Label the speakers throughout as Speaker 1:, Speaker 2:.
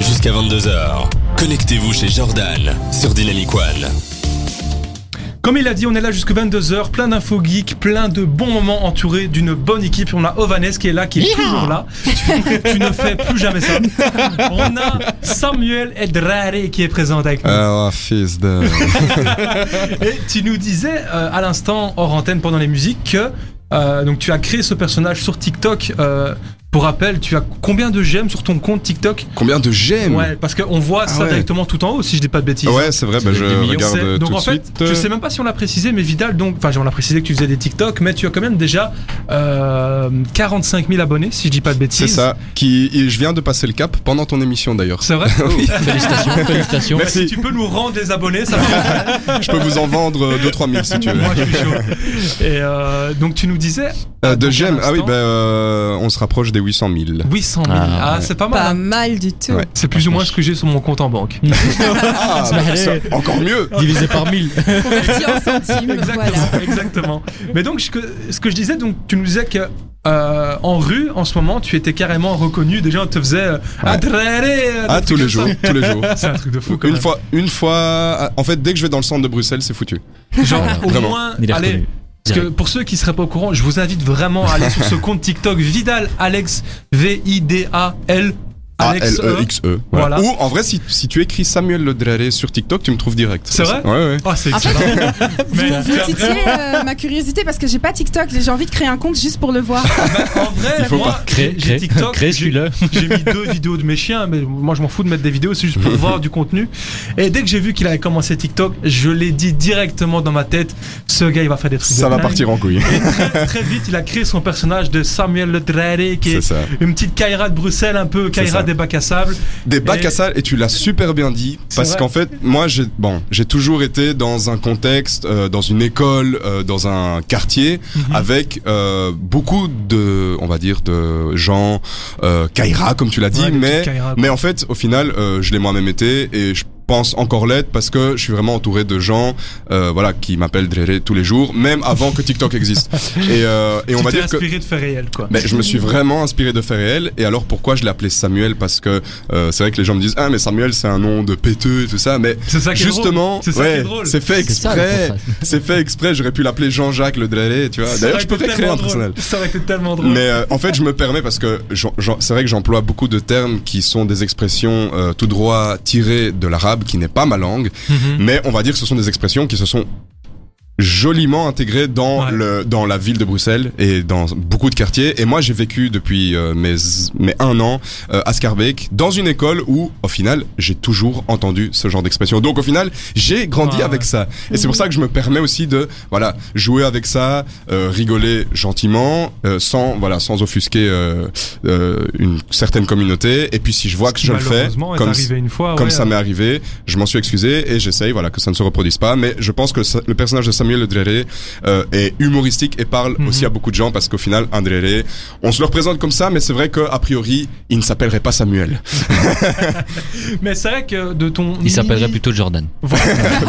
Speaker 1: jusqu'à 22h. Connectez-vous chez Jordan sur Dynamic One.
Speaker 2: Comme il a dit, on est là jusque 22h, plein d'infos geeks, plein de bons moments entourés d'une bonne équipe. On a Ovanes qui est là, qui est toujours là. Tu, tu ne fais plus jamais ça. On a Samuel Edrare qui est présent avec nous.
Speaker 3: Ah, fils de.
Speaker 2: Et tu nous disais euh, à l'instant, hors antenne pendant les musiques, que euh, donc tu as créé ce personnage sur TikTok. euh, pour rappel, tu as combien de j'aime sur ton compte TikTok
Speaker 3: Combien de j'aime
Speaker 2: Ouais, parce qu'on voit ça
Speaker 3: ouais.
Speaker 2: directement tout en haut, si je dis pas de bêtises.
Speaker 3: Ouais, c'est vrai, bah, je
Speaker 2: Des millions,
Speaker 3: regarde
Speaker 2: c'est-
Speaker 3: euh,
Speaker 2: Donc
Speaker 3: tout
Speaker 2: en
Speaker 3: de
Speaker 2: fait,
Speaker 3: suite.
Speaker 2: je sais même pas si on l'a précisé, mais Vidal, donc, enfin, on l'a précisé que tu faisais des TikTok, mais tu as quand même déjà euh, 45 000 abonnés, si je dis pas de
Speaker 3: C'est
Speaker 2: bêtises.
Speaker 3: ça. Qui, et je viens de passer le cap pendant ton émission d'ailleurs.
Speaker 2: C'est vrai Oh,
Speaker 4: Félicitations, félicitations.
Speaker 3: Merci.
Speaker 2: Si tu peux nous rendre des abonnés, ça fait
Speaker 3: Je peux vous en vendre euh, 2-3 000 si tu veux.
Speaker 2: moi je suis chaud. Et euh, donc tu nous disais
Speaker 3: Euh, de j'aime, ah oui,
Speaker 2: l'instant.
Speaker 3: bah, euh, on se rapproche des 800 000.
Speaker 2: 800 000. Ah,
Speaker 4: Ah,
Speaker 2: c'est pas mal.
Speaker 5: Pas
Speaker 2: hein.
Speaker 5: mal du tout.
Speaker 3: Ouais.
Speaker 2: C'est plus ou moins ce que j'ai sur mon compte en banque.
Speaker 3: Ah, bah, ça, encore mieux
Speaker 4: Divisé par 1000.
Speaker 5: Converti en centimes,
Speaker 2: Exactement,
Speaker 5: voilà.
Speaker 2: exactement. Mais donc, ce que- ce que je disais, donc, tu nous disais que euh, en rue, en ce moment, tu étais carrément reconnu. Déjà, on te faisait euh, Adréré, euh,
Speaker 3: Ah,
Speaker 2: des
Speaker 3: tous
Speaker 2: trucs
Speaker 3: les
Speaker 2: comme
Speaker 3: jours,
Speaker 2: ça.
Speaker 3: tous les jours.
Speaker 2: C'est un truc de fou quand
Speaker 3: Une
Speaker 2: même.
Speaker 3: fois, une fois, en fait, dès que je vais dans le centre de Bruxelles, c'est foutu.
Speaker 2: Genre, au
Speaker 3: Vraiment.
Speaker 2: moins,
Speaker 4: Il est
Speaker 2: allez.
Speaker 4: reconnu.
Speaker 2: Parce que
Speaker 4: Direct.
Speaker 2: pour ceux qui seraient pas au courant, je vous invite vraiment à aller sur ce compte TikTok Vidal Alex V I D A L Alex E.
Speaker 3: A-L-E-X-E. Voilà.
Speaker 2: Voilà.
Speaker 3: Ou en vrai, si, si tu écris Samuel Le Draré sur TikTok, tu me trouves direct.
Speaker 2: C'est vrai
Speaker 3: Ouais, ouais.
Speaker 2: Ah, c'est
Speaker 5: En fait,
Speaker 2: excellent. Mais
Speaker 5: Vous titillez euh, ma curiosité parce que j'ai pas TikTok, j'ai envie de créer un compte juste pour le voir.
Speaker 2: en vrai,
Speaker 3: Il faut
Speaker 2: moi,
Speaker 3: pas.
Speaker 4: Crée,
Speaker 2: j'ai- j'ai
Speaker 4: crée,
Speaker 2: TikTok,
Speaker 4: crée
Speaker 2: j'ai-
Speaker 4: celui-là.
Speaker 2: J'ai mis deux vidéos de mes chiens, mais moi je m'en fous de mettre des vidéos, c'est juste pour voir du contenu. Et dès que j'ai vu qu'il avait commencé TikTok, je l'ai dit directement dans ma tête, ce gars il va faire des trucs.
Speaker 3: Ça
Speaker 2: de
Speaker 3: va
Speaker 2: dingue.
Speaker 3: partir en couille.
Speaker 2: Et très, très vite, il a créé son personnage de Samuel Le Draré, qui est,
Speaker 3: C'est ça.
Speaker 2: une petite Kaira de Bruxelles, un peu
Speaker 3: C'est ça.
Speaker 2: Kaira des bacs à sable.
Speaker 3: Des bacs
Speaker 2: Et-
Speaker 3: à sable et tu l'as super bien dit
Speaker 2: C'est
Speaker 3: parce
Speaker 2: vrai.
Speaker 3: qu'en fait moi j'ai bon j'ai toujours été dans un contexte euh, dans une école euh, dans un quartier
Speaker 2: Mhm.
Speaker 3: avec euh, beaucoup de on va dire de gens euh, Kaira comme tu l'as dit
Speaker 2: Ouais, des
Speaker 3: mais
Speaker 2: petites Kaira, quoi.
Speaker 3: mais en fait au final euh, je l'ai moi-même été et je pense encore l'être parce que je suis vraiment entouré de gens euh, voilà qui m'appellent Dréré tous les jours même avant que TikTok existe et, euh, et on
Speaker 2: Tu
Speaker 3: va
Speaker 2: t'es
Speaker 3: dire que
Speaker 2: inspiré de faits réels, quoi.
Speaker 3: ben, je me suis vraiment inspiré de faits réels. Et alors, pourquoi je l'ai appelé Samuel Parce que euh, c'est vrai que les gens me disent Ah, mais Samuel, c'est un nom de péteux et tout ça. Mais
Speaker 2: C'est ça qui est
Speaker 3: justement,
Speaker 2: drôle. C'est ça qui est
Speaker 3: ouais,
Speaker 2: drôle.
Speaker 3: c'est fait
Speaker 4: C'est ça,
Speaker 3: exprès.
Speaker 4: la phrase.
Speaker 3: C'est fait exprès. J'aurais pu l'appeler Jean-Jacques le Dralé, tu vois.
Speaker 2: Ça
Speaker 3: D'ailleurs,
Speaker 2: aurait
Speaker 3: je
Speaker 2: été
Speaker 3: peux créer un
Speaker 2: tellement
Speaker 3: personnage.
Speaker 2: drôle. Ça aurait été tellement drôle.
Speaker 3: Mais euh, en fait, je me permets parce que j'en- j'en- c'est vrai que j'emploie beaucoup de termes qui sont des expressions euh, tout droit tirées de l'arabe, qui n'est pas ma langue.
Speaker 2: Mhm.
Speaker 3: Mais on va dire que ce sont des expressions qui se sont joliment intégrées dans
Speaker 2: Ouais.
Speaker 3: le dans la ville de Bruxelles et dans beaucoup de quartiers et moi j'ai vécu depuis euh, mes mes un an euh, à Scarbeck dans une école où au final j'ai toujours entendu ce genre d'expression donc au final j'ai grandi
Speaker 2: Ouais,
Speaker 3: avec
Speaker 2: ouais.
Speaker 3: ça et c'est pour ça que je me permets aussi de voilà jouer avec ça euh, rigoler gentiment euh, sans voilà sans offusquer euh, euh, une certaine communauté et puis si je vois que je le fais
Speaker 2: Malheureusement, est
Speaker 3: comme
Speaker 2: arrivé une fois. Ah
Speaker 3: comme
Speaker 2: ouais, hein.
Speaker 3: ça m'est arrivé, je m'en suis excusé et j'essaye voilà que ça ne se reproduise pas. Mais je pense que ça- le personnage de Samuel Le Dréré euh, est humoristique et parle
Speaker 2: Mhm.
Speaker 3: aussi à beaucoup de gens parce qu'au final, un Dréré, on se le représente comme ça, mais c'est vrai que a priori, il ne s'appellerait pas Samuel,
Speaker 2: Mais c'est vrai que de ton.
Speaker 4: Il s'appellerait
Speaker 2: mini-
Speaker 4: plutôt Jordan.
Speaker 2: Voilà.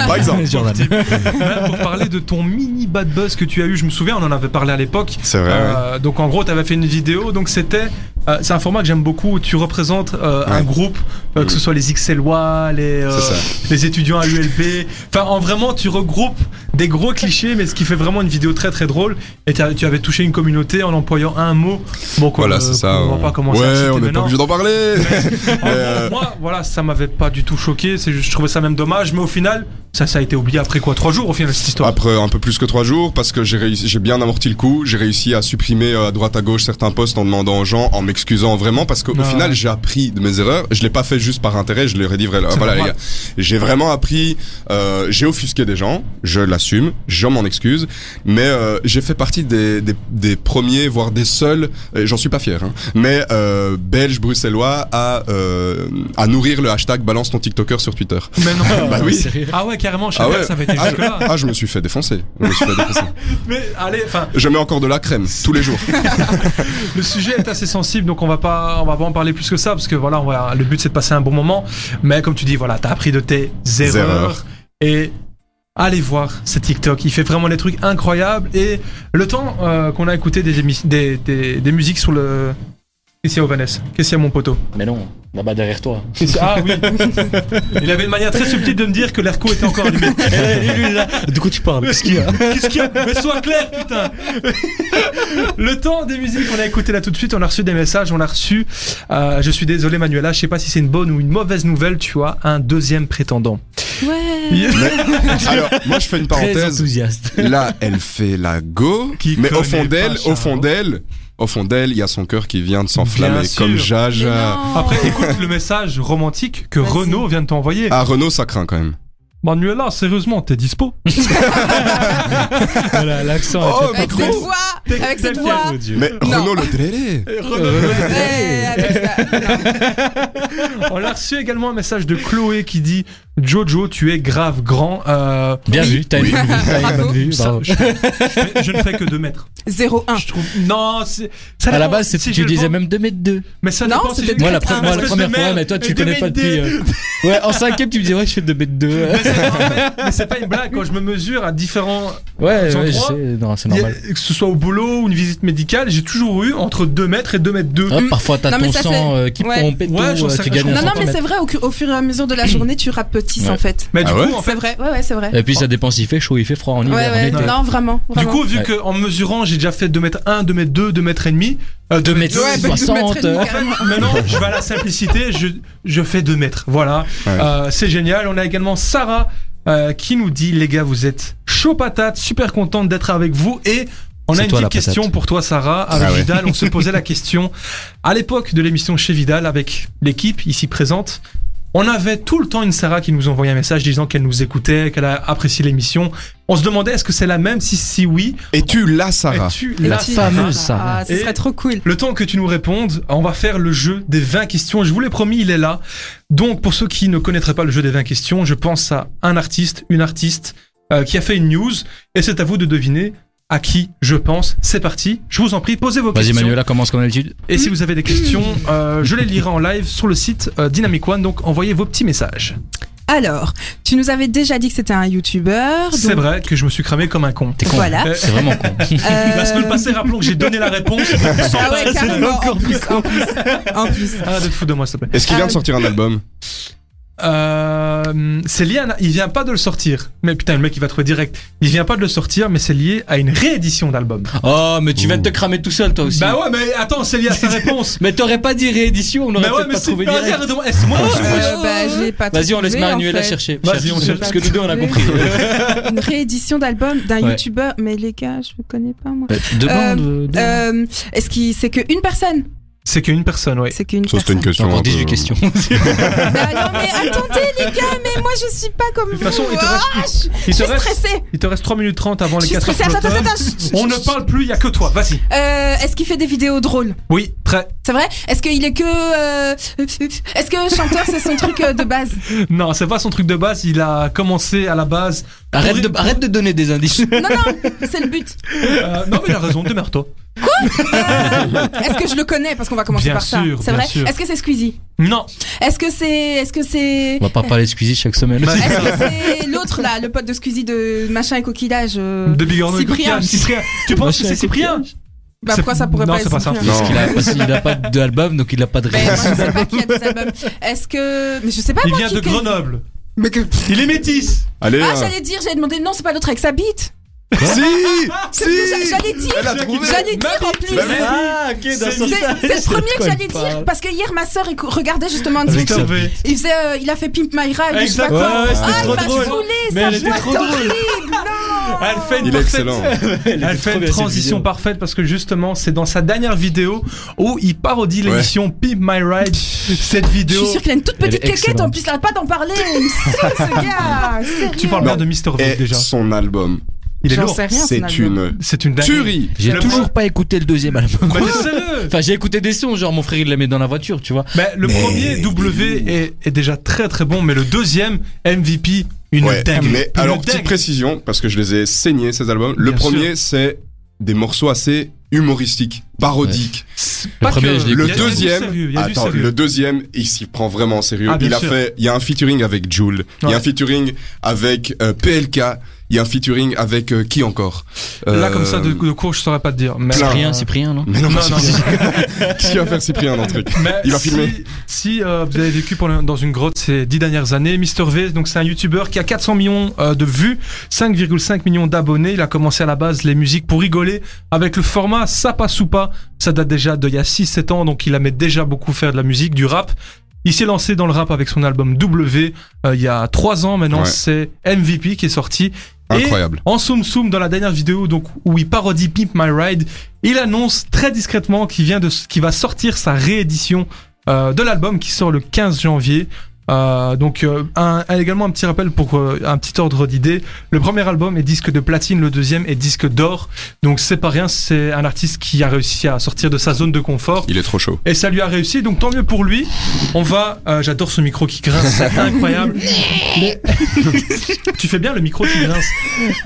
Speaker 3: par exemple.
Speaker 4: Jordan.
Speaker 2: Même pour parler de ton mini bad buzz que tu as eu, je me souviens, on en avait parlé à l'époque.
Speaker 3: C'est vrai. ouais.
Speaker 2: Euh, donc en gros, tu avais fait une vidéo, donc c'était, euh, c'est un format que j'aime beaucoup. Où tu représentes euh, un
Speaker 3: Ouais.
Speaker 2: groupe, euh, que ce soit les XLOA, les, euh,
Speaker 3: C'est ça.
Speaker 2: les étudiants à l'ULB. Enfin, en vraiment, tu regroupes des gros clichés, mais ce qui fait vraiment une vidéo très très drôle. Et t'as- tu avais touché une communauté en employant un mot. Bon, quoi,
Speaker 3: voilà,
Speaker 2: euh,
Speaker 3: c'est ça.
Speaker 2: On va pas commencer à le
Speaker 3: ouais,
Speaker 2: citer
Speaker 3: on n'est pas
Speaker 2: maintenant.
Speaker 3: obligé d'en parler.
Speaker 2: En gros,
Speaker 3: Euh,
Speaker 2: Moi, voilà, ça m'avait pas du tout choqué. C'est juste, je trouvais ça même dommage. Mais au final, ça, ça a été oublié après quoi Trois jours au final cette histoire.
Speaker 3: Après un peu plus que trois jours, parce que j'ai réussi- j'ai bien amorti le coup, j'ai réussi à supprimer euh, à droite à gauche certains posts en demandant aux gens, en m'excusant vraiment, parce qu'au
Speaker 2: Ah.
Speaker 3: final j'ai appris de mes erreurs. Je l'ai pas fait juste par intérêt, je leur ai dit vrai, euh,
Speaker 2: C'est
Speaker 3: voilà les
Speaker 2: normal.
Speaker 3: gars, j'ai vraiment appris, euh, j'ai offusqué des gens, je l'assume, je m'en excuse, mais euh, j'ai fait partie des, des, des premiers, voire des seuls, et j'en suis pas fier, hein, mais euh, belge bruxellois à euh, à nourrir le hashtag balance ton TikToker sur Twitter.
Speaker 2: Mais non.
Speaker 3: Bah oui.
Speaker 4: Sérieux.
Speaker 2: Ah ouais, carrément, je
Speaker 3: Ah
Speaker 2: savais
Speaker 3: ouais.
Speaker 2: que ça avait été
Speaker 3: Ah,
Speaker 2: jusque là.
Speaker 3: Ah, je me suis fait défoncer. Je me suis fait défoncer.
Speaker 2: Mais allez, enfin,
Speaker 3: Je mets encore de la crème tous les jours.
Speaker 2: le sujet est assez sensible, donc on va pas, on va pas en parler plus que ça, parce que voilà, on va- le but c'est de passer un bon moment. Mais comme tu dis, voilà, t'as appris de tes erreurs,
Speaker 3: Erreurs.
Speaker 2: et allez voir ce TikTok. Il fait vraiment des trucs incroyables et le temps euh, qu'on a écouté des, émis- des, des, des musiques sur le Qu'est-ce qu'il y a, Ovanes Qu'est-ce qu'il y a, mon poteau
Speaker 4: Mais non, là-bas derrière toi.
Speaker 2: Qu'est-ce qu'il y a Ah oui Il avait une manière très subtile de me dire que l'ARCO était encore allumé.
Speaker 4: De quoi tu parles Qu'est-ce qu'il y a
Speaker 2: Qu'est-ce qu'il y a Mais sois clair, putain Le temps des musiques, on a écouté là tout de suite, on a reçu des messages, on a reçu. euh, je suis désolé, Manuela, je sais pas si c'est une bonne ou une mauvaise nouvelle, tu as un deuxième prétendant.
Speaker 5: Ouais.
Speaker 3: Alors, moi, je fais une
Speaker 4: Très
Speaker 3: parenthèse.
Speaker 4: enthousiaste.
Speaker 3: Là, elle fait la go.
Speaker 2: Qui
Speaker 3: mais
Speaker 2: connaît
Speaker 3: au fond
Speaker 2: pas
Speaker 3: d'elle, au
Speaker 2: Charo
Speaker 3: fond d'elle, au fond d'elle, il y a son cœur qui vient de s'enflammer
Speaker 2: Bien sûr.
Speaker 3: comme
Speaker 5: Mais
Speaker 3: Jaja.
Speaker 5: non.
Speaker 2: Après, écoute le message romantique que
Speaker 5: Vas-y.
Speaker 2: Renaud vient de t'envoyer.
Speaker 3: Ah, Renaud, ça craint quand même.
Speaker 2: Manuela, sérieusement, t'es dispo
Speaker 4: Voilà, l'accent
Speaker 3: Oh,
Speaker 5: avec
Speaker 3: Macron.
Speaker 5: cette voix, avec cette voix.
Speaker 2: Oh,
Speaker 3: Mais
Speaker 5: Non.
Speaker 3: Renaud le dréré.
Speaker 5: Ouais, avec ça.
Speaker 2: On a reçu également un message de Chloé qui dit Jojo, tu es grave grand. Euh,
Speaker 4: Bien vu, t'as une bonne vue, t'as une
Speaker 5: Bravo.
Speaker 4: bonne vue,
Speaker 2: ça,
Speaker 4: bravo.
Speaker 2: je, je- je ne fais que 2 mètres.
Speaker 5: 0-1.
Speaker 2: Je trouve. Non, c'est- ça
Speaker 4: À la
Speaker 2: dépend.
Speaker 4: base, c'est-
Speaker 2: Si je
Speaker 4: tu
Speaker 2: le
Speaker 4: disais
Speaker 2: vends-
Speaker 4: même 2 mètres 2.
Speaker 2: Mais ça
Speaker 5: Non,
Speaker 2: dépend si
Speaker 5: c'était hein.
Speaker 2: je-
Speaker 5: deux
Speaker 4: Moi, la,
Speaker 5: mètres
Speaker 4: pre-
Speaker 5: un,
Speaker 4: moi, la
Speaker 2: espèce de
Speaker 4: première fois,
Speaker 2: merde.
Speaker 4: mais toi, tu
Speaker 2: Deux
Speaker 4: connais pas
Speaker 2: mètres
Speaker 4: depuis. euh, Ouais, en cinquième, tu me dis, ouais, je fais 2 mètres 2.
Speaker 2: Mais c'est- en fait,
Speaker 4: euh.
Speaker 2: mais c'est pas une blague quand je me mesure à différents.
Speaker 4: Ouais,
Speaker 2: Ils ont
Speaker 4: ouais, je
Speaker 2: droit.
Speaker 4: sais, non, c'est
Speaker 2: il y a-
Speaker 4: normal.
Speaker 2: Que ce soit au boulot ou une visite médicale, j'ai toujours eu entre 2 mètres et 2 mètres 2.
Speaker 4: Ah, parfois, t'as
Speaker 5: Non, mais
Speaker 4: ton
Speaker 5: ça
Speaker 4: sang euh, qui
Speaker 5: Ouais.
Speaker 4: pompe et tout,
Speaker 2: Ouais, j'en
Speaker 4: euh,
Speaker 2: sais-
Speaker 4: tu gagnes
Speaker 2: j'en
Speaker 4: un
Speaker 5: Non, non, mais
Speaker 4: centimètre.
Speaker 5: c'est vrai, au, cu- au fur et à mesure de la journée, tu rapetisse
Speaker 4: Ouais.
Speaker 5: en fait.
Speaker 2: Mais du
Speaker 3: Ah
Speaker 2: coup,
Speaker 3: ouais
Speaker 2: en fait,
Speaker 5: C'est vrai, ouais, ouais, c'est vrai.
Speaker 4: Et puis, ça dépend s'il fait chaud, il fait froid en
Speaker 5: Ouais,
Speaker 4: hiver. en
Speaker 5: ouais,
Speaker 4: été.
Speaker 5: non, vraiment.
Speaker 2: du
Speaker 5: vraiment.
Speaker 2: coup, vu
Speaker 4: Ouais.
Speaker 2: que en me mesurant, j'ai déjà fait 2 mètres 1, 2 mètres 2, 2 mètres et demi. euh, 2
Speaker 4: mètres
Speaker 5: ouais, bah, deux
Speaker 4: 60,
Speaker 5: mètres et demi,
Speaker 4: euh,
Speaker 5: carrément.
Speaker 2: Maintenant, je vais à la simplicité, je, je fais 2 mètres. Voilà,
Speaker 3: Ouais.
Speaker 2: Euh, c'est génial. On a également Sarah euh, qui nous dit les gars, vous êtes chaud patate, super contente d'être avec vous. Et on
Speaker 4: C'est
Speaker 2: a une
Speaker 4: toi, la
Speaker 2: petite question
Speaker 4: patate.
Speaker 2: pour toi, Sarah. Avec
Speaker 3: Ah ouais.
Speaker 2: Vidal, on se posait la question à l'époque de l'émission chez Vidal avec l'équipe ici présente. On avait tout le temps une Sarah qui nous envoyait un message disant qu'elle nous écoutait, qu'elle a apprécié l'émission. On se demandait est-ce que c'est la même si si oui.
Speaker 3: Et tu l'as, Sarah.
Speaker 2: es-tu
Speaker 4: La
Speaker 2: la
Speaker 5: Tu-
Speaker 4: fameuse Sarah.
Speaker 5: Ah, ce
Speaker 2: Et-
Speaker 5: serait trop cool.
Speaker 2: le temps que tu nous répondes, on va faire le jeu des 20 questions. Je vous l'ai promis, il est là. Donc, pour ceux qui ne connaîtraient pas le jeu des 20 questions, je pense à un artiste, une artiste euh, qui a fait une news. Et c'est à vous de deviner à qui je pense. C'est parti. Je vous en prie, posez vos
Speaker 4: Vas-y,
Speaker 2: questions.
Speaker 4: Manuela, commence comme d'habitude.
Speaker 2: Et si vous avez des questions, euh, je les lirai en live sur le site euh, Dynamic One. Donc, envoyez vos petits messages.
Speaker 5: Alors, tu nous avais déjà dit que c'était un youtubeur. donc-
Speaker 2: C'est vrai que je me suis cramé comme un con.
Speaker 4: T'es con.
Speaker 5: Voilà.
Speaker 2: Euh,
Speaker 4: C'est vraiment con.
Speaker 5: Euh,
Speaker 2: La semaine passée, rappelons que j'ai donné la réponse. sans
Speaker 5: Ah ouais,
Speaker 2: passer.
Speaker 5: carrément. En plus, en plus. En plus.
Speaker 2: Arrête de te foutre de moi, s'il te plaît.
Speaker 3: Est-ce qu'il vient de
Speaker 5: Ah.
Speaker 3: sortir un album
Speaker 2: Euh, c'est lié à- il vient pas de le sortir. Mais putain, le mec, il va trouver direct. Il vient pas de le sortir, mais c'est lié à une réédition d'album.
Speaker 4: Oh, mais tu vas te cramer tout seul, toi aussi.
Speaker 2: Bah ouais, mais attends, c'est lié à sa réponse.
Speaker 4: Mais t'aurais pas dit réédition, on
Speaker 2: mais ouais,
Speaker 4: l'aurait peut-être
Speaker 2: mais
Speaker 4: pas
Speaker 2: c'est
Speaker 4: trouvé
Speaker 2: Vas-y,
Speaker 4: direct.
Speaker 2: arrête de- eh, c'est moi. je-
Speaker 5: Euh, bah, je l'ai pas
Speaker 4: Vas-y, on laisse
Speaker 5: trouvé, en
Speaker 4: Manuela
Speaker 5: fait.
Speaker 4: chercher.
Speaker 2: Vas-y, on
Speaker 4: Cherche.
Speaker 2: cherche.
Speaker 4: Parce que
Speaker 5: J'ai pas
Speaker 4: Doudou, on a
Speaker 5: trouvé.
Speaker 4: compris.
Speaker 5: Une réédition d'album d'un
Speaker 4: Ouais.
Speaker 5: youtubeur. Mais les gars, je ne connais pas moi.
Speaker 4: Demande. demande.
Speaker 5: Euh, Est-ce qu'il c'est qu'une personne
Speaker 2: C'est qu'une personne, ouais.
Speaker 5: C'est qu'une
Speaker 3: Ça, c'était
Speaker 5: personne.
Speaker 3: une
Speaker 4: J'ai
Speaker 3: question.
Speaker 4: encore
Speaker 3: un peu-
Speaker 4: 18 questions.
Speaker 5: Bah non mais attendez les gars, mais moi je suis pas comme
Speaker 2: De
Speaker 5: vous.
Speaker 2: toute façon, il te
Speaker 5: Ah,
Speaker 2: reste,
Speaker 5: je
Speaker 2: il te
Speaker 5: suis
Speaker 2: reste,
Speaker 5: stressée.
Speaker 2: il te reste 3 minutes 30 avant
Speaker 5: Je
Speaker 2: les
Speaker 5: suis
Speaker 2: 4
Speaker 5: stressée.
Speaker 2: heures.
Speaker 5: Attends, attends,
Speaker 2: d'automne.
Speaker 5: attends. chut,
Speaker 2: On
Speaker 5: chut,
Speaker 2: ne
Speaker 5: chut.
Speaker 2: parle plus, il y a que toi. Vas-y.
Speaker 5: Euh, Est-ce qu'il fait des vidéos drôles
Speaker 2: Oui, très.
Speaker 5: C'est vrai Est-ce qu'il est que euh, Est-ce que chanteur c'est son truc euh, de base
Speaker 2: Non, c'est pas son truc de base. Il a commencé à la base.
Speaker 4: Arrête de, arrête de donner des indices.
Speaker 5: Non non, c'est le but.
Speaker 2: Euh, non, mais il a raison, demeure-toi.
Speaker 5: Euh, Est-ce que je le connais parce qu'on va commencer
Speaker 2: Bien
Speaker 5: par
Speaker 2: sûr,
Speaker 5: ça. C'est
Speaker 2: bien
Speaker 5: vrai
Speaker 2: sûr.
Speaker 5: Est-ce que c'est Squeezie
Speaker 2: Non.
Speaker 5: Est-ce que c'est Est-ce que c'est
Speaker 4: On va pas parler de Squeezie chaque semaine.
Speaker 2: Bah,
Speaker 5: Est-ce que c'est l'autre là, le pote de Squeezie de machin et coquillage euh,
Speaker 2: De Bigorneau et
Speaker 5: Cyprien.
Speaker 2: Coquillage. Cyprien. Tu penses que c'est Cyprien
Speaker 5: Bah
Speaker 2: c'est-
Speaker 5: pourquoi ça pourrait
Speaker 2: non,
Speaker 5: pas
Speaker 2: c'est pas ça.
Speaker 5: Cyprien
Speaker 3: Non.
Speaker 4: Il a, pas- il a pas d'album, donc il a pas de
Speaker 5: Mais moi,
Speaker 4: réédition.
Speaker 5: Ben, je sais pas qui a des albums. Est-ce que. Mais je sais pas.
Speaker 2: Il
Speaker 5: moi,
Speaker 2: vient
Speaker 5: qui-
Speaker 2: de
Speaker 5: que-
Speaker 2: Grenoble.
Speaker 5: Mais que-
Speaker 2: Il est métis.
Speaker 3: Allez,
Speaker 5: Ah,
Speaker 3: hein.
Speaker 5: j'allais dire, j'allais demander. Non, c'est pas l'autre avec sa bite.
Speaker 3: si
Speaker 5: C'est ce que j'a-
Speaker 3: Si
Speaker 5: J'allais dire.
Speaker 3: Elle a trouvé
Speaker 5: J'allais dire en plus.
Speaker 2: Bah
Speaker 3: Mamie.
Speaker 4: Ah, ok,
Speaker 2: dans ce
Speaker 5: C'est c'est le premier que j'allais dire parce que hier ma sœur écou- regardait justement un
Speaker 4: Avec
Speaker 5: truc.
Speaker 4: sa
Speaker 2: Putain, mais-
Speaker 5: Il faisait, euh, il a fait Pimp My Ride. je sais pas
Speaker 2: Exactement.
Speaker 5: quoi.
Speaker 4: Ouais, ouais, c'était
Speaker 5: ah,
Speaker 4: trop
Speaker 5: il m'a
Speaker 4: drôle.
Speaker 5: saoulé,
Speaker 2: Mais
Speaker 5: sa
Speaker 2: elle était
Speaker 5: voix
Speaker 2: trop
Speaker 5: est
Speaker 2: drôle.
Speaker 5: horrible, non.
Speaker 2: Elle fait une,
Speaker 3: Il est
Speaker 2: parfaite-
Speaker 3: excellent.
Speaker 2: Elle fait une transition parfaite parce que justement, c'est dans sa dernière vidéo où il parodie
Speaker 3: Ouais.
Speaker 2: l'émission Pimp My Ride. Cette
Speaker 5: Je
Speaker 2: vidéo.
Speaker 5: suis sûre qu'il a une toute
Speaker 4: Elle est
Speaker 5: petite quéquette en
Speaker 4: excellente.
Speaker 5: plus, il arrête pas d'en parler. Il me saoule, ce gars. Sérieux.
Speaker 2: Tu parles
Speaker 3: Non.
Speaker 2: bien de Mister V
Speaker 3: Et
Speaker 2: déjà.
Speaker 3: son album,
Speaker 2: Il est
Speaker 5: J'en
Speaker 2: lourd.
Speaker 5: sais rien, son
Speaker 3: c'est
Speaker 5: album.
Speaker 3: une
Speaker 2: C'est une dinguerie.
Speaker 3: tuerie.
Speaker 4: J'ai
Speaker 2: Le
Speaker 4: toujours
Speaker 2: pro-
Speaker 4: pas écouté le deuxième album.
Speaker 2: Bah, laissez-le.
Speaker 4: Enfin, j'ai écouté des sons, genre mon frère il les met dans la voiture, tu vois.
Speaker 2: Bah, le premier W est, est déjà très très bon, mais le deuxième MVP, une
Speaker 3: Ouais,
Speaker 2: dingue.
Speaker 3: mais alors petite précision parce que je les ai saignés ces albums. Le
Speaker 2: Bien
Speaker 3: premier c'est des morceaux assez humoristiques. parodique.
Speaker 4: Le
Speaker 2: Pas
Speaker 4: premier,
Speaker 2: que-
Speaker 4: je l'ai
Speaker 2: il y a-
Speaker 3: Le
Speaker 2: il y a du sérieux, il
Speaker 3: deuxième,
Speaker 2: y a du
Speaker 3: attends,
Speaker 2: sérieux.
Speaker 3: le deuxième, il s'y prend vraiment en sérieux.
Speaker 2: Ah, bien
Speaker 3: il a
Speaker 2: sûr.
Speaker 3: fait, il y a un featuring avec Jules, il y
Speaker 2: Ouais.
Speaker 3: a un featuring avec euh, PLK, il y a un featuring avec euh, qui encore
Speaker 2: Là,
Speaker 3: Euh,
Speaker 2: comme ça, de, de cours, je saurais pas te dire. Mais, euh,
Speaker 4: Cyprien, Cyprien, non
Speaker 3: Mais non,
Speaker 2: Non,
Speaker 3: pas
Speaker 2: non.
Speaker 3: Cyprien. Qu'est-ce qu'il va faire Cyprien dans le truc
Speaker 2: Mais
Speaker 3: Il va
Speaker 2: si-
Speaker 3: filmer.
Speaker 2: Si euh, vous avez vécu pendant- dans une grotte ces dix dernières années, Mister V, donc c'est un youtubeur qui a 400 millions euh, de vues, 5,5 millions d'abonnés. Il a commencé à la base les musiques pour rigoler avec le format ça passe ou pas. Ça date déjà d'il y a 6-7 ans, donc il aimait déjà beaucoup faire de la musique, du rap. Il s'est lancé dans le rap avec son album W euh, il y a 3 ans maintenant,
Speaker 3: Ouais.
Speaker 2: c'est MVP qui est sorti. Et
Speaker 3: Incroyable.
Speaker 2: en soum soum dans la dernière vidéo donc où il parodie Pimp My Ride, il annonce très discrètement qu'il vient de qu'il va sortir sa réédition euh, de l'album qui sort le 15 janvier. Euh, donc euh, un, un- également un petit rappel pour euh, un petit ordre d'idée. Le premier album est disque de platine, le deuxième est disque d'or. Donc c'est pas rien, c'est un artiste qui a réussi à sortir de sa zone de confort.
Speaker 3: Il est trop chaud.
Speaker 2: Et ça lui a réussi, donc tant mieux pour lui. On va. euh, J'adore ce micro qui grince, c'est incroyable. Mais- tu fais bien le micro qui grince.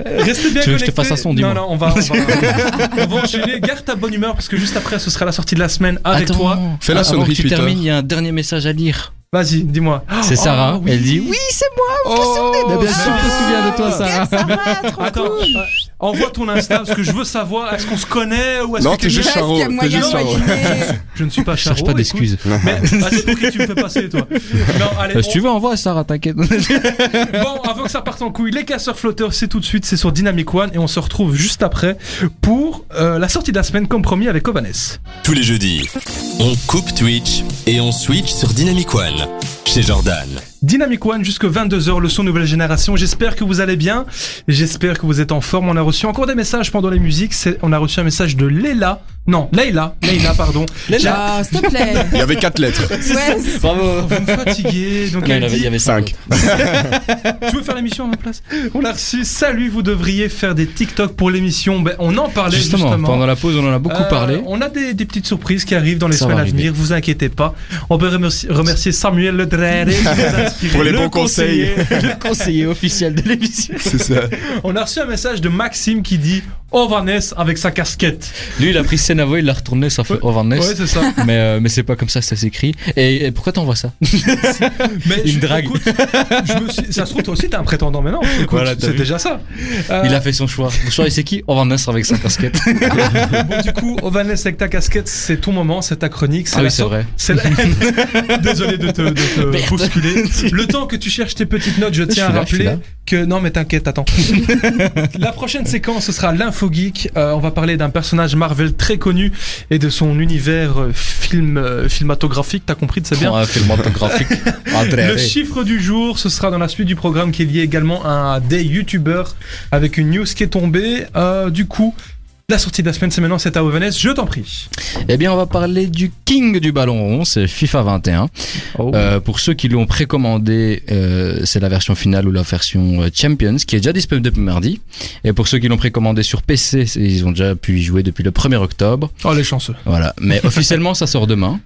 Speaker 2: Restez bien
Speaker 4: Tu veux que je
Speaker 2: connectés.
Speaker 4: te fasse un son,
Speaker 2: Non,
Speaker 4: dis-moi.
Speaker 2: non, on va, on, va, on va enchaîner. Garde ta bonne humeur parce que juste après, ce sera la sortie de la semaine avec toi.
Speaker 3: Fais la
Speaker 4: avant
Speaker 3: sonnerie
Speaker 4: que tu
Speaker 3: Twitter.
Speaker 4: termines, il y a un dernier message à lire.
Speaker 2: Vas-y, dis-moi.
Speaker 4: C'est
Speaker 2: Oh,
Speaker 4: Sarah.
Speaker 2: oui.
Speaker 4: Elle dit oui.
Speaker 2: Oh,
Speaker 4: Eh bien sûr,
Speaker 2: Sarah.
Speaker 4: je me souviens de toi, Sarah.
Speaker 5: Sarah, trop
Speaker 2: Attends,
Speaker 5: cool.
Speaker 2: euh, envoie ton Insta parce que je veux savoir est-ce qu'on se connaît ou est-ce
Speaker 3: Non,
Speaker 2: que
Speaker 3: t'es
Speaker 2: quelqu'un-
Speaker 3: juste
Speaker 5: Est-ce
Speaker 3: Charo.
Speaker 5: qu'il y a
Speaker 3: T'es
Speaker 5: moyen
Speaker 3: juste
Speaker 5: de
Speaker 3: Charo.
Speaker 5: moyenner
Speaker 2: Je ne suis pas Charo.
Speaker 4: Cherche pas
Speaker 2: écoute.
Speaker 4: d'excuses.
Speaker 2: Mais vas-y, pour qui tu me fais passer, toi Non, allez,
Speaker 4: Euh, si
Speaker 2: on-
Speaker 4: tu veux, envoie Sarah, t'inquiète.
Speaker 2: Bon, avant que ça parte en couille, les casseurs flotteurs, c'est tout de suite, c'est sur Dynamic One et on se retrouve juste après pour euh, la sortie de la semaine comme promis avec Ovanes.
Speaker 1: Tous les jeudis, on coupe Twitch et on switch sur Dynamic One chez Jordan.
Speaker 2: Dynamic One jusque 22h, le son nouvelle génération. J'espère que vous allez bien. J'espère que vous êtes en forme. On a reçu encore des messages pendant les musiques. C'est- On a reçu un message de Leila. Non, Leila. Leila, pardon. Leila.
Speaker 5: Ah, s'il te plaît.
Speaker 3: Il y avait quatre lettres.
Speaker 5: Ouais,
Speaker 4: Bravo.
Speaker 2: Fatiguée. Donc
Speaker 4: Il y
Speaker 2: elle
Speaker 4: avait-
Speaker 2: dit,
Speaker 4: il y avait
Speaker 3: Cinq.
Speaker 4: cinq.
Speaker 2: tu veux faire l'émission à ma place On a reçu. Salut, vous devriez faire des TikTok pour l'émission. Ben, on en parlait
Speaker 4: Justement,
Speaker 2: justement.
Speaker 4: pendant la pause, on en a beaucoup
Speaker 2: Euh,
Speaker 4: parlé.
Speaker 2: On a des, des petites surprises qui arrivent dans les
Speaker 4: Ça
Speaker 2: semaines
Speaker 4: va
Speaker 2: à venir, vous inquiétez pas. On peut remercier, remercier Samuel Le Dréré qui nous a inspiré.
Speaker 3: Pour les
Speaker 2: Le
Speaker 3: bons conseils.
Speaker 4: Le conseiller officiel de l'émission.
Speaker 3: C'est ça.
Speaker 2: On a reçu un message de Maxime qui dit Ovanès avec sa casquette.
Speaker 4: Lui, il a pris Senavo, il l'a retourné, ça fait
Speaker 2: Ouais.
Speaker 4: Overness.
Speaker 2: Ouais, c'est ça.
Speaker 4: mais euh, mais c'est Euh. pas comme ça, ça s'écrit. Et, et pourquoi t'envoies ça
Speaker 2: Mais
Speaker 4: Il
Speaker 2: je-
Speaker 4: me drague.
Speaker 2: écoute, je me suis- ça se trouve, toi aussi, t'es un prétendant maintenant. Écoute,
Speaker 4: Voilà, t'as
Speaker 2: c'est
Speaker 4: vu.
Speaker 2: déjà ça. Euh,
Speaker 4: Il a fait son choix. Son choix, et c'est qui Overness avec sa casquette.
Speaker 2: bon, du coup, Ovanès avec ta casquette, c'est ton moment, c'est ta chronique.
Speaker 4: ah
Speaker 2: la
Speaker 4: oui, c'est
Speaker 2: so-
Speaker 4: vrai.
Speaker 2: C'est la- Désolé de te, de te bousculer. Le temps que tu cherches tes petites notes, je tiens
Speaker 4: suis
Speaker 2: à
Speaker 4: là, je suis
Speaker 2: rappeler
Speaker 4: là.
Speaker 2: que. Non, mais t'inquiète, attends. La prochaine séquence, ce sera l'Info Geek. Euh, on va parler d'un personnage Marvel très connu et de son univers euh, film, euh, filmatographique. T'as compris, c'est bien.
Speaker 4: Prends un film orthographique. Ah, très
Speaker 2: Le
Speaker 4: vrai.
Speaker 2: chiffre du jour, ce sera dans la suite du programme qui est lié également à des youtubeurs avec une news qui est tombée. Euh, du coup, la sortie de la semaine, c'est maintenant, c'est à Ovenes. Je t'en prie.
Speaker 4: Eh bien, on va parler du king du ballon rond, c'est FIFA 21. Euh, pour ceux qui l'ont précommandé, euh, c'est la version finale ou la version euh, Champions qui est déjà disponible depuis mardi. Et pour ceux qui l'ont précommandé sur PC, c'est- ils ont déjà pu y jouer depuis le 1er octobre.
Speaker 2: Oh, les chanceux.
Speaker 4: Voilà. Mais officiellement, ça sort demain.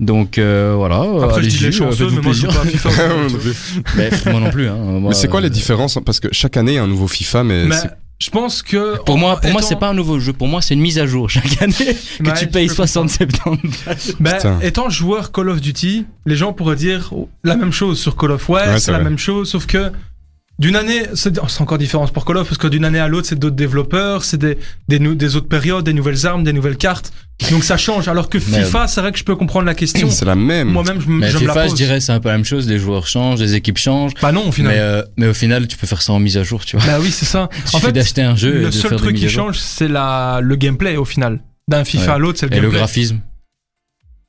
Speaker 4: Donc euh, voilà.
Speaker 2: Après, je
Speaker 4: allez-y,
Speaker 2: dis les
Speaker 4: euh,
Speaker 2: chanceux,
Speaker 4: faites-vous
Speaker 2: mais moi, je joue
Speaker 4: plaisir.
Speaker 2: pas à FIFA.
Speaker 4: Mais pff, moi non plus. Hein. Moi,
Speaker 3: Mais c'est quoi
Speaker 4: euh,
Speaker 3: les différences Parce que chaque année, il y a un nouveau FIFA, mais,
Speaker 2: Mais
Speaker 3: c'est-
Speaker 2: je pense que.
Speaker 4: Pour moi, pour moi,
Speaker 2: étant-
Speaker 4: c'est pas un nouveau jeu. Pour moi, c'est une mise à jour chaque année que
Speaker 2: Ouais,
Speaker 4: tu
Speaker 2: je
Speaker 4: payes
Speaker 2: peux
Speaker 4: 60 septembre.
Speaker 2: Ben,
Speaker 3: Putain.
Speaker 2: étant joueur Call of Duty, les gens pourraient dire la même chose sur Call of. Ouais,
Speaker 3: Ouais,
Speaker 2: c'est
Speaker 3: c'est
Speaker 2: la
Speaker 3: vrai.
Speaker 2: même chose, sauf que d'une année, c'est oh, c'est encore différent pour Call of, parce que d'une année à l'autre, c'est d'autres développeurs, c'est des, des, nou- des autres périodes, des nouvelles armes, des nouvelles cartes. Donc ça change. Alors que
Speaker 4: Mais-
Speaker 2: FIFA, c'est vrai que je peux comprendre la question.
Speaker 3: c'est la même.
Speaker 2: Moi-même, je, me-
Speaker 4: Mais
Speaker 2: je me la
Speaker 4: FIFA,
Speaker 2: pose.
Speaker 4: je dirais, c'est un peu la même chose. Les joueurs changent, les équipes changent.
Speaker 2: Bah non, au final.
Speaker 4: Mais, euh, mais au final, tu peux faire ça en mise à jour, tu vois.
Speaker 2: Bah oui, c'est ça.
Speaker 4: Il
Speaker 2: en
Speaker 4: suffit
Speaker 2: fait,
Speaker 4: d'acheter un jeu et
Speaker 2: le
Speaker 4: de
Speaker 2: seul
Speaker 4: faire des
Speaker 2: truc
Speaker 4: mises
Speaker 2: qui
Speaker 4: à jour.
Speaker 2: change, c'est la le gameplay au final. D'un FIFA à l'autre, c'est le
Speaker 4: Et le
Speaker 2: gameplay.
Speaker 4: graphisme.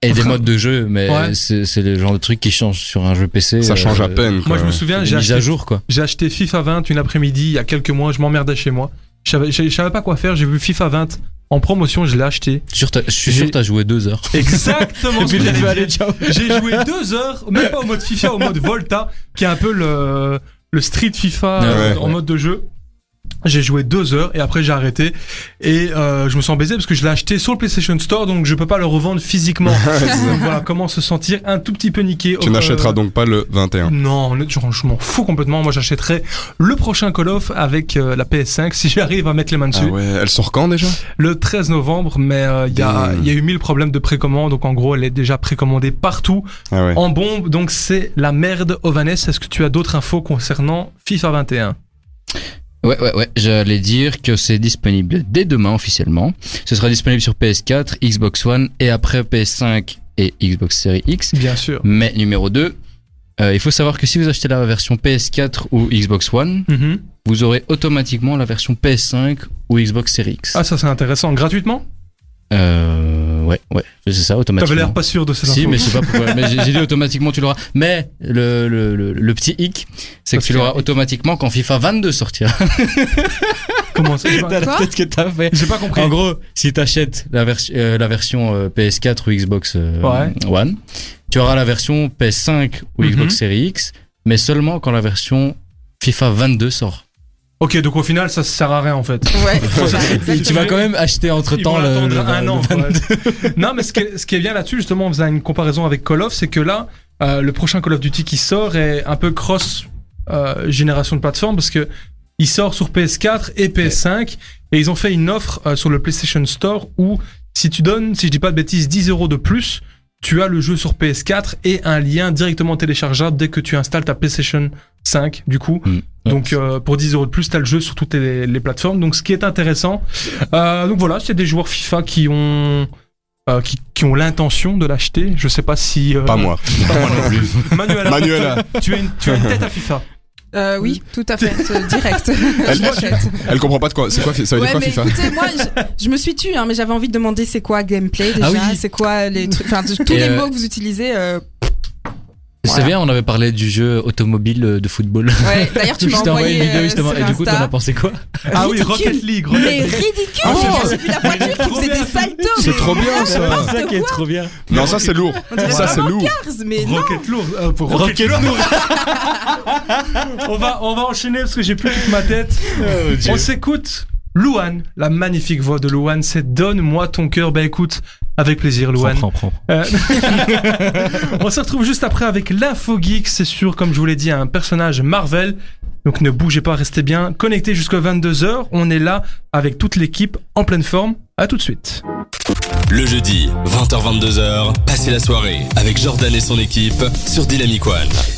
Speaker 4: Et des
Speaker 2: Enfin,
Speaker 4: modes de jeu, mais
Speaker 2: ouais.
Speaker 4: c'est c'est le genre de truc qui change sur un jeu PC.
Speaker 3: ça change à
Speaker 4: euh,
Speaker 3: peine.
Speaker 2: Moi,
Speaker 3: quoi.
Speaker 2: je me souviens,
Speaker 4: des
Speaker 2: j'ai
Speaker 4: mises
Speaker 2: acheté
Speaker 4: à jour, quoi.
Speaker 2: J'ai acheté FIFA 20 une après-midi il y a quelques mois, je m'emmerdais chez moi. Je savais, je- je savais pas quoi faire, j'ai vu FIFA 20 en promotion, je l'ai acheté.
Speaker 4: Sur ta- Je suis
Speaker 2: J'ai-
Speaker 4: sûr que t'as joué deux heures.
Speaker 2: Exactement ce que j'allais dire.
Speaker 4: ciao.
Speaker 2: J'ai joué deux heures, même pas au mode FIFA, au mode Volta, qui est un peu le, le street FIFA
Speaker 4: Ouais,
Speaker 2: euh,
Speaker 4: ouais,
Speaker 2: en
Speaker 4: ouais.
Speaker 2: mode de jeu. J'ai joué deux heures et après j'ai arrêté et euh, je me sens baisé parce que je l'ai acheté sur le PlayStation Store donc je peux pas le revendre physiquement. Donc voilà comment se sentir un tout petit peu niqué.
Speaker 3: Tu
Speaker 2: Euh,
Speaker 3: n'achèteras donc pas le 21.
Speaker 2: Non, honnêtement, je m'en fous complètement. Moi j'achèterai le prochain Call of avec euh, la PS5 si j'arrive à mettre les mains dessus.
Speaker 3: Ah ouais, elle sort quand déjà
Speaker 2: Le 13 novembre mais euh, il y, a,
Speaker 3: Damn.
Speaker 2: il y a eu mille problèmes de précommande donc en gros elle est déjà précommandée partout
Speaker 3: Ah ouais.
Speaker 2: en bombe donc c'est la merde. Ovanes, est-ce que tu as d'autres infos concernant FIFA 21
Speaker 4: Ouais, ouais, ouais. J'allais dire que c'est disponible dès demain officiellement. Ce sera disponible sur PS4, Xbox One et après PS5 et Xbox Series X.
Speaker 2: Bien sûr.
Speaker 4: Mais numéro 2, il faut savoir que si vous achetez la version PS4 ou Xbox One,
Speaker 2: Mhm.
Speaker 4: vous aurez automatiquement la version PS5 ou Xbox Series X.
Speaker 2: Ah ça c'est intéressant gratuitement.
Speaker 4: Euh, ouais, ouais, c'est ça, automatiquement.
Speaker 2: T'avais l'air pas sûr de cette
Speaker 4: Si,
Speaker 2: info.
Speaker 4: mais je sais pas pourquoi. mais j'ai j'ai dit automatiquement tu l'auras. Mais le, le, le, le petit hic, c'est que
Speaker 2: Parce
Speaker 4: tu
Speaker 2: que-
Speaker 4: l'auras automatiquement quand FIFA 22 sortira.
Speaker 2: Comment ça J'ai pas-
Speaker 4: Dans la
Speaker 5: Quoi
Speaker 4: tête que t'as fait.
Speaker 2: J'ai pas
Speaker 3: Ah.
Speaker 2: compris.
Speaker 4: En gros, si t'achètes la, vers- euh, la version euh, PS4 ou Xbox euh,
Speaker 2: Ouais.
Speaker 4: One, tu auras la version PS5 ou
Speaker 2: Mhm.
Speaker 4: Xbox Series X, mais seulement quand la version FIFA 22 sort.
Speaker 2: Ok, donc au final, ça sert à rien en fait.
Speaker 5: Ouais, c'est ça,
Speaker 2: Ils
Speaker 4: Tu
Speaker 5: Ah, exactement.
Speaker 4: vas quand même acheter entre
Speaker 2: Ils vont
Speaker 4: temps le,
Speaker 2: attendre
Speaker 4: le-
Speaker 2: un
Speaker 4: le
Speaker 2: an.
Speaker 4: 22.
Speaker 2: ouais. non, mais ce qui, est, ce qui est bien là-dessus, justement, on faisait une comparaison avec Call of, c'est que là, euh, le prochain Call of Duty qui sort est un peu cross euh, génération de plateforme parce que il sort sur PS4 et PS5 et ils ont fait une offre euh, sur le PlayStation Store où si tu donnes, si je dis pas de bêtises, 10 euros de plus, tu as le jeu sur PS4 et un lien directement téléchargeable dès que tu installes ta PlayStation 5 du coup.
Speaker 4: Mm.
Speaker 2: Donc euh, pour 10 euros de plus, t'as le jeu sur toutes les, les plateformes. Donc ce qui est intéressant. Euh, donc voilà, c'est des joueurs FIFA qui ont euh, qui, qui ont l'intention de l'acheter. Je sais pas si euh,
Speaker 3: Pas moi.
Speaker 2: pas moi non plus. Manuela,
Speaker 3: Manuela,
Speaker 2: tu as une tu as une tête à FIFA.
Speaker 5: Euh, oui, tout à fait, euh, direct. Je l'achète.
Speaker 3: elle comprend pas de quoi. C'est quoi fi- ça veut
Speaker 5: Ouais,
Speaker 3: dire quoi
Speaker 5: mais
Speaker 3: FIFA
Speaker 5: écoutez, moi, je, je me suis tue, hein, mais j'avais envie de demander c'est quoi gameplay déjà,
Speaker 4: Ah oui.
Speaker 5: c'est quoi les trucs, enfin tous
Speaker 4: Et
Speaker 5: les
Speaker 4: euh,
Speaker 5: mots que vous utilisez. euh,
Speaker 4: C'est bien, on avait parlé du jeu automobile euh, de football.
Speaker 5: ouais. D'ailleurs, tu
Speaker 4: Je
Speaker 5: m'as
Speaker 4: t'ai
Speaker 5: envoyé
Speaker 4: envoyé une vidéo
Speaker 5: euh,
Speaker 4: justement,
Speaker 5: sur
Speaker 4: et du coup, t'en
Speaker 5: Insta.
Speaker 4: as pensé quoi
Speaker 2: Ah oui,
Speaker 5: Ridicule.
Speaker 2: Rocket League. Rocket
Speaker 5: Mais
Speaker 2: League.
Speaker 5: ridicule
Speaker 2: Ah,
Speaker 5: J'ai vu la voiture qui faisait des saltos.
Speaker 3: C'est
Speaker 5: mais
Speaker 3: trop bien, ça.
Speaker 5: n'importe
Speaker 4: ça qui est
Speaker 5: quoi.
Speaker 4: trop bien.
Speaker 3: Non, ça c'est lourd.
Speaker 5: On dirait
Speaker 3: Ça c'est
Speaker 5: vraiment
Speaker 3: lourd.
Speaker 5: Cars, mais non.
Speaker 2: Rocket Lourd. euh, pour Rocket, Lourd. on, va, on va enchaîner parce que j'ai plus toute ma tête. on s'écoute. Louane, la magnifique voix de Louane, c'est Donne-moi ton cœur. Bah écoute, avec plaisir, Louane.
Speaker 4: Prends, prends, prends.
Speaker 2: Euh, on se retrouve juste après avec l'info geek. C'est sûr, comme je vous l'ai dit, un personnage Marvel. Donc ne bougez pas, restez bien connectés jusqu'à 22h. On est là avec toute l'équipe en pleine forme. À tout de suite.
Speaker 1: Le jeudi, 20h-22h, passez la soirée avec Jordan et son équipe sur Dynamic One.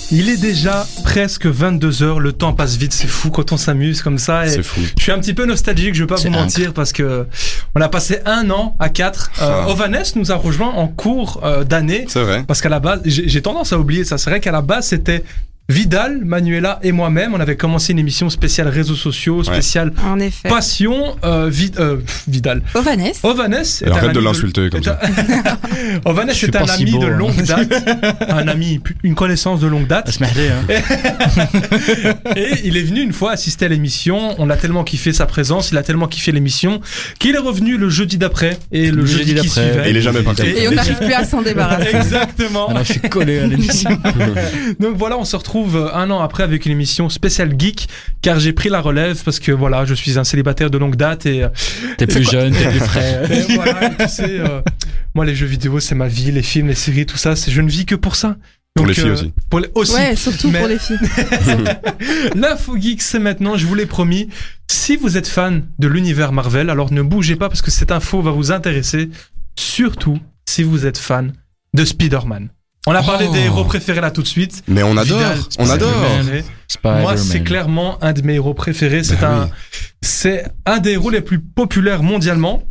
Speaker 2: Il est déjà presque 22h, le temps passe vite, c'est fou quand on s'amuse comme ça. Et
Speaker 3: C'est fou.
Speaker 2: je suis un petit peu nostalgique, je vais pas vous
Speaker 4: C'est
Speaker 2: mentir, parce que on a passé un an à 4.
Speaker 3: Ah.
Speaker 2: Ovanes nous a rejoint en cours euh, d'année,
Speaker 3: C'est vrai.
Speaker 2: parce qu'à la base, j'ai j'ai tendance à oublier ça, c'est vrai qu'à la base c'était... Vidal, Manuela et moi-même, on avait commencé une émission spéciale réseaux sociaux, spéciale
Speaker 5: En effet. Oh,
Speaker 2: passion. euh, Vid- euh, pff, Vidal.
Speaker 5: Ovanes.
Speaker 2: Ovanes. est
Speaker 3: Alors,
Speaker 2: un
Speaker 3: arrête de
Speaker 2: ami
Speaker 3: l'insulter comme
Speaker 2: est un- Ovanes
Speaker 4: Je suis
Speaker 2: est un
Speaker 4: pas si
Speaker 2: ami
Speaker 4: beau,
Speaker 2: de
Speaker 4: hein.
Speaker 2: longue date, un ami, une connaissance de longue date.
Speaker 4: hein.
Speaker 2: Et il est venu une fois assister à l'émission. On a tellement kiffé sa présence, il a tellement kiffé l'émission qu'il est revenu le jeudi d'après et le,
Speaker 4: Le
Speaker 2: jeudi, qui
Speaker 4: jeudi d'après.
Speaker 2: suivait.
Speaker 3: Et il est jamais
Speaker 2: Oh,
Speaker 3: parti.
Speaker 5: Et on n'arrive plus à s'en débarrasser.
Speaker 2: Exactement.
Speaker 4: je suis collé à l'émission.
Speaker 2: Donc voilà, on se retrouve euh, un an après avec une émission spéciale geek car j'ai pris la relève parce que voilà, je suis un célibataire de longue date et, euh,
Speaker 4: T'es plus jeune, t'es plus frais.
Speaker 2: et voilà, tu sais, euh, moi les jeux vidéo c'est ma vie, les films, les séries, tout ça, c'est je ne vis que pour ça.
Speaker 3: Pour
Speaker 2: Donc,
Speaker 3: les filles
Speaker 2: euh,
Speaker 3: aussi.
Speaker 2: Pour les, aussi.
Speaker 5: Ouais, surtout
Speaker 2: Mais-
Speaker 5: pour les filles.
Speaker 2: L'info geek, c'est maintenant, je vous l'ai promis. Si vous êtes fan de l'univers Marvel, alors ne bougez pas parce que cette info va vous intéresser. Surtout si vous êtes fan de Spider-Man. On a parlé
Speaker 4: Oh.
Speaker 2: des héros préférés là tout de suite.
Speaker 3: Mais on adore.
Speaker 2: Vidal,
Speaker 3: on adore.
Speaker 2: Spider-Man. Moi, c'est clairement un de mes héros préférés. C'est
Speaker 3: Bah
Speaker 2: un, c'est un des héros les plus populaires mondialement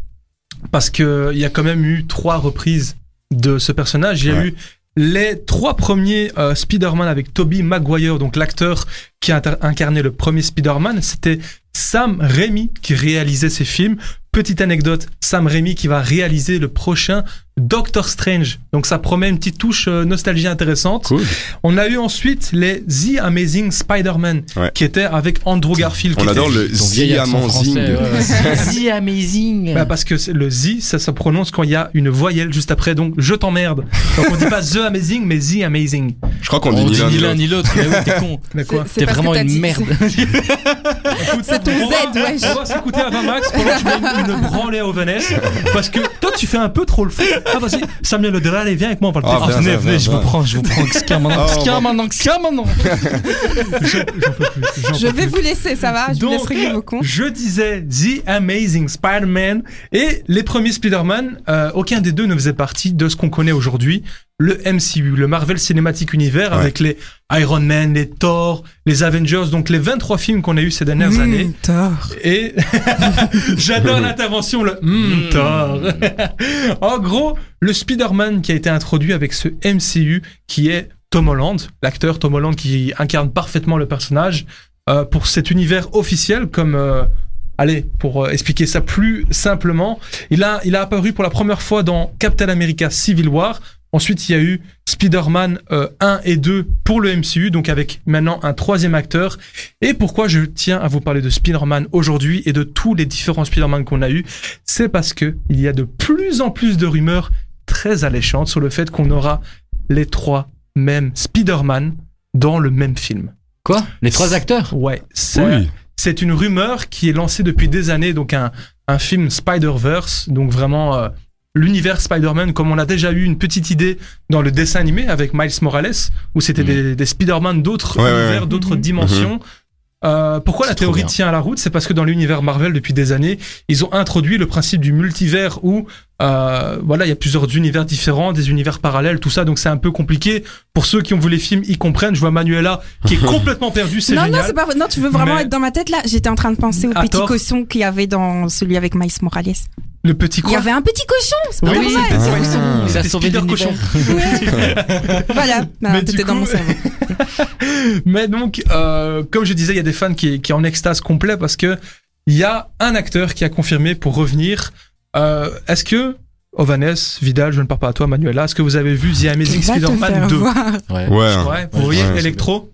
Speaker 2: parce que il y a quand même eu trois reprises de ce personnage. Il y a
Speaker 3: Ouais.
Speaker 2: eu les trois premiers euh, Spider-Man avec Tobey Maguire, donc l'acteur qui a inter- incarné le premier Spider-Man, c'était Sam Raimi qui réalisait ces films. Petite anecdote, Sam Raimi qui va réaliser le prochain Doctor Strange. Donc ça promet une petite touche euh, nostalgie intéressante.
Speaker 3: Cool.
Speaker 2: On a eu ensuite les The Amazing Spider-Man
Speaker 3: Ouais.
Speaker 2: qui était avec Andrew Garfield. qui
Speaker 3: On
Speaker 2: était-
Speaker 3: adore le diamant zing.
Speaker 4: The Amazing.
Speaker 2: Bah, parce que c'est- le Z, ça se prononce quand il y a une voyelle juste après, donc je t'emmerde. Donc on dit pas The Amazing, mais The Amazing.
Speaker 3: Je crois qu'on dit
Speaker 4: On
Speaker 3: ni
Speaker 4: dit
Speaker 3: l'un
Speaker 4: ni
Speaker 3: ni
Speaker 4: l'un
Speaker 3: l'autre.
Speaker 4: ni l'autre. Mais oui, t'es con.
Speaker 2: Mais quoi
Speaker 5: C'est-
Speaker 4: T'es
Speaker 5: parce que
Speaker 4: vraiment
Speaker 5: t'as
Speaker 4: une
Speaker 5: dit-
Speaker 4: merde.
Speaker 5: C'est ton Z, wesh.
Speaker 2: On va s'écouter à 20 max pendant que tu mets une branlée au Vanessa. Parce que toi, tu fais un peu trop le fou. Ah, vas-y, Samuel Le Delallé, viens avec moi, on va le
Speaker 3: Ah,
Speaker 2: faire.
Speaker 3: viens, viens, viens, viens.
Speaker 4: prends, je vous prends. Xka maintenant,
Speaker 3: Ah, on va-
Speaker 4: maintenant, Xka maintenant.
Speaker 5: Je vais vous laisser, ça va Je vous
Speaker 2: Donc,
Speaker 5: laisse régler vos comptes.
Speaker 2: Je disais The Amazing Spider-Man et les premiers Spider-Man, euh, aucun des deux ne faisait partie de ce qu'on connaît aujourd'hui, le MCU, le Marvel Cinematic Universe,
Speaker 3: Ouais.
Speaker 2: avec les Iron Man, les Thor, les Avengers, donc les 23 films qu'on a eu ces dernières
Speaker 5: Hmm.
Speaker 2: années. Et j'adore l'intervention, le Hmm, Thor. en gros, le Spider-Man qui a été introduit avec ce MCU qui est Tom Holland, l'acteur Tom Holland qui incarne parfaitement le personnage euh, pour cet univers officiel comme euh, Allez, pour euh, expliquer ça plus simplement, il a, il a apparu pour la première fois dans Captain America Civil War. Ensuite, il y a eu Spider-Man euh, 1 et 2 pour le MCU, donc avec maintenant un troisième acteur. Et pourquoi je tiens à vous parler de Spider-Man aujourd'hui et de tous les différents Spider-Man qu'on a eu, c'est parce que il y a de plus en plus de rumeurs très alléchantes sur le fait qu'on aura les trois mêmes Spider-Man dans le même film.
Speaker 4: Quoi Les trois acteurs
Speaker 2: Ouais, c'est c'est une rumeur qui est lancée depuis des années, donc un, un film Spider-Verse, donc vraiment euh, l'univers Spider-Man, comme on a déjà eu une petite idée dans le dessin animé avec Miles Morales, où c'était
Speaker 4: Mhm.
Speaker 2: des, des Spider-Man d'autres
Speaker 3: Ouais, ouais,
Speaker 2: univers,
Speaker 3: ouais.
Speaker 2: d'autres
Speaker 5: Mhm.
Speaker 2: dimensions. Euh, pourquoi
Speaker 4: C'est
Speaker 2: la
Speaker 4: trop
Speaker 2: théorie
Speaker 4: bien.
Speaker 2: tient à la route C'est parce que dans l'univers Marvel, depuis des années, ils ont introduit le principe du multivers où euh, voilà, il y a plusieurs univers différents, des univers parallèles, tout ça, donc c'est un peu compliqué. Pour ceux qui ont vu les films, ils comprennent. Je vois Manuela qui est complètement perdue, c'est
Speaker 5: Non,
Speaker 2: génial.
Speaker 5: non, c'est pas vrai. Non, tu veux vraiment
Speaker 2: Mais-
Speaker 5: être dans ma tête là J'étais en train de penser au
Speaker 2: À
Speaker 5: petit
Speaker 2: tort.
Speaker 5: cochon qu'il y avait dans celui avec Miles Morales.
Speaker 2: Le petit
Speaker 5: Il y
Speaker 2: quoi
Speaker 5: avait un petit cochon, c'est pas
Speaker 4: Oui,
Speaker 5: normal.
Speaker 4: c'est
Speaker 3: Ah.
Speaker 4: Il
Speaker 2: C'était
Speaker 4: a sauvé
Speaker 2: Spider
Speaker 4: l'univers.
Speaker 5: Ouais. voilà, Bah,
Speaker 2: Ah Mais du
Speaker 5: t'étais dans
Speaker 2: coup-
Speaker 5: mon cerveau.
Speaker 2: Mais donc, euh, comme je disais, il y a des fans qui, qui est en extase complet parce que il y a un acteur qui a confirmé pour revenir. Euh, est-ce que Ovanes, Vidal, je ne parle pas à toi, Manuela, est-ce que vous avez vu The Amazing
Speaker 5: Va te
Speaker 2: Spider-Man
Speaker 5: faire
Speaker 2: 2
Speaker 5: voir.
Speaker 4: Ouais.
Speaker 2: Ouais,
Speaker 3: Ouais.
Speaker 2: vous
Speaker 4: Ouais,
Speaker 2: voyez
Speaker 3: Ah, ouais,
Speaker 2: Electro,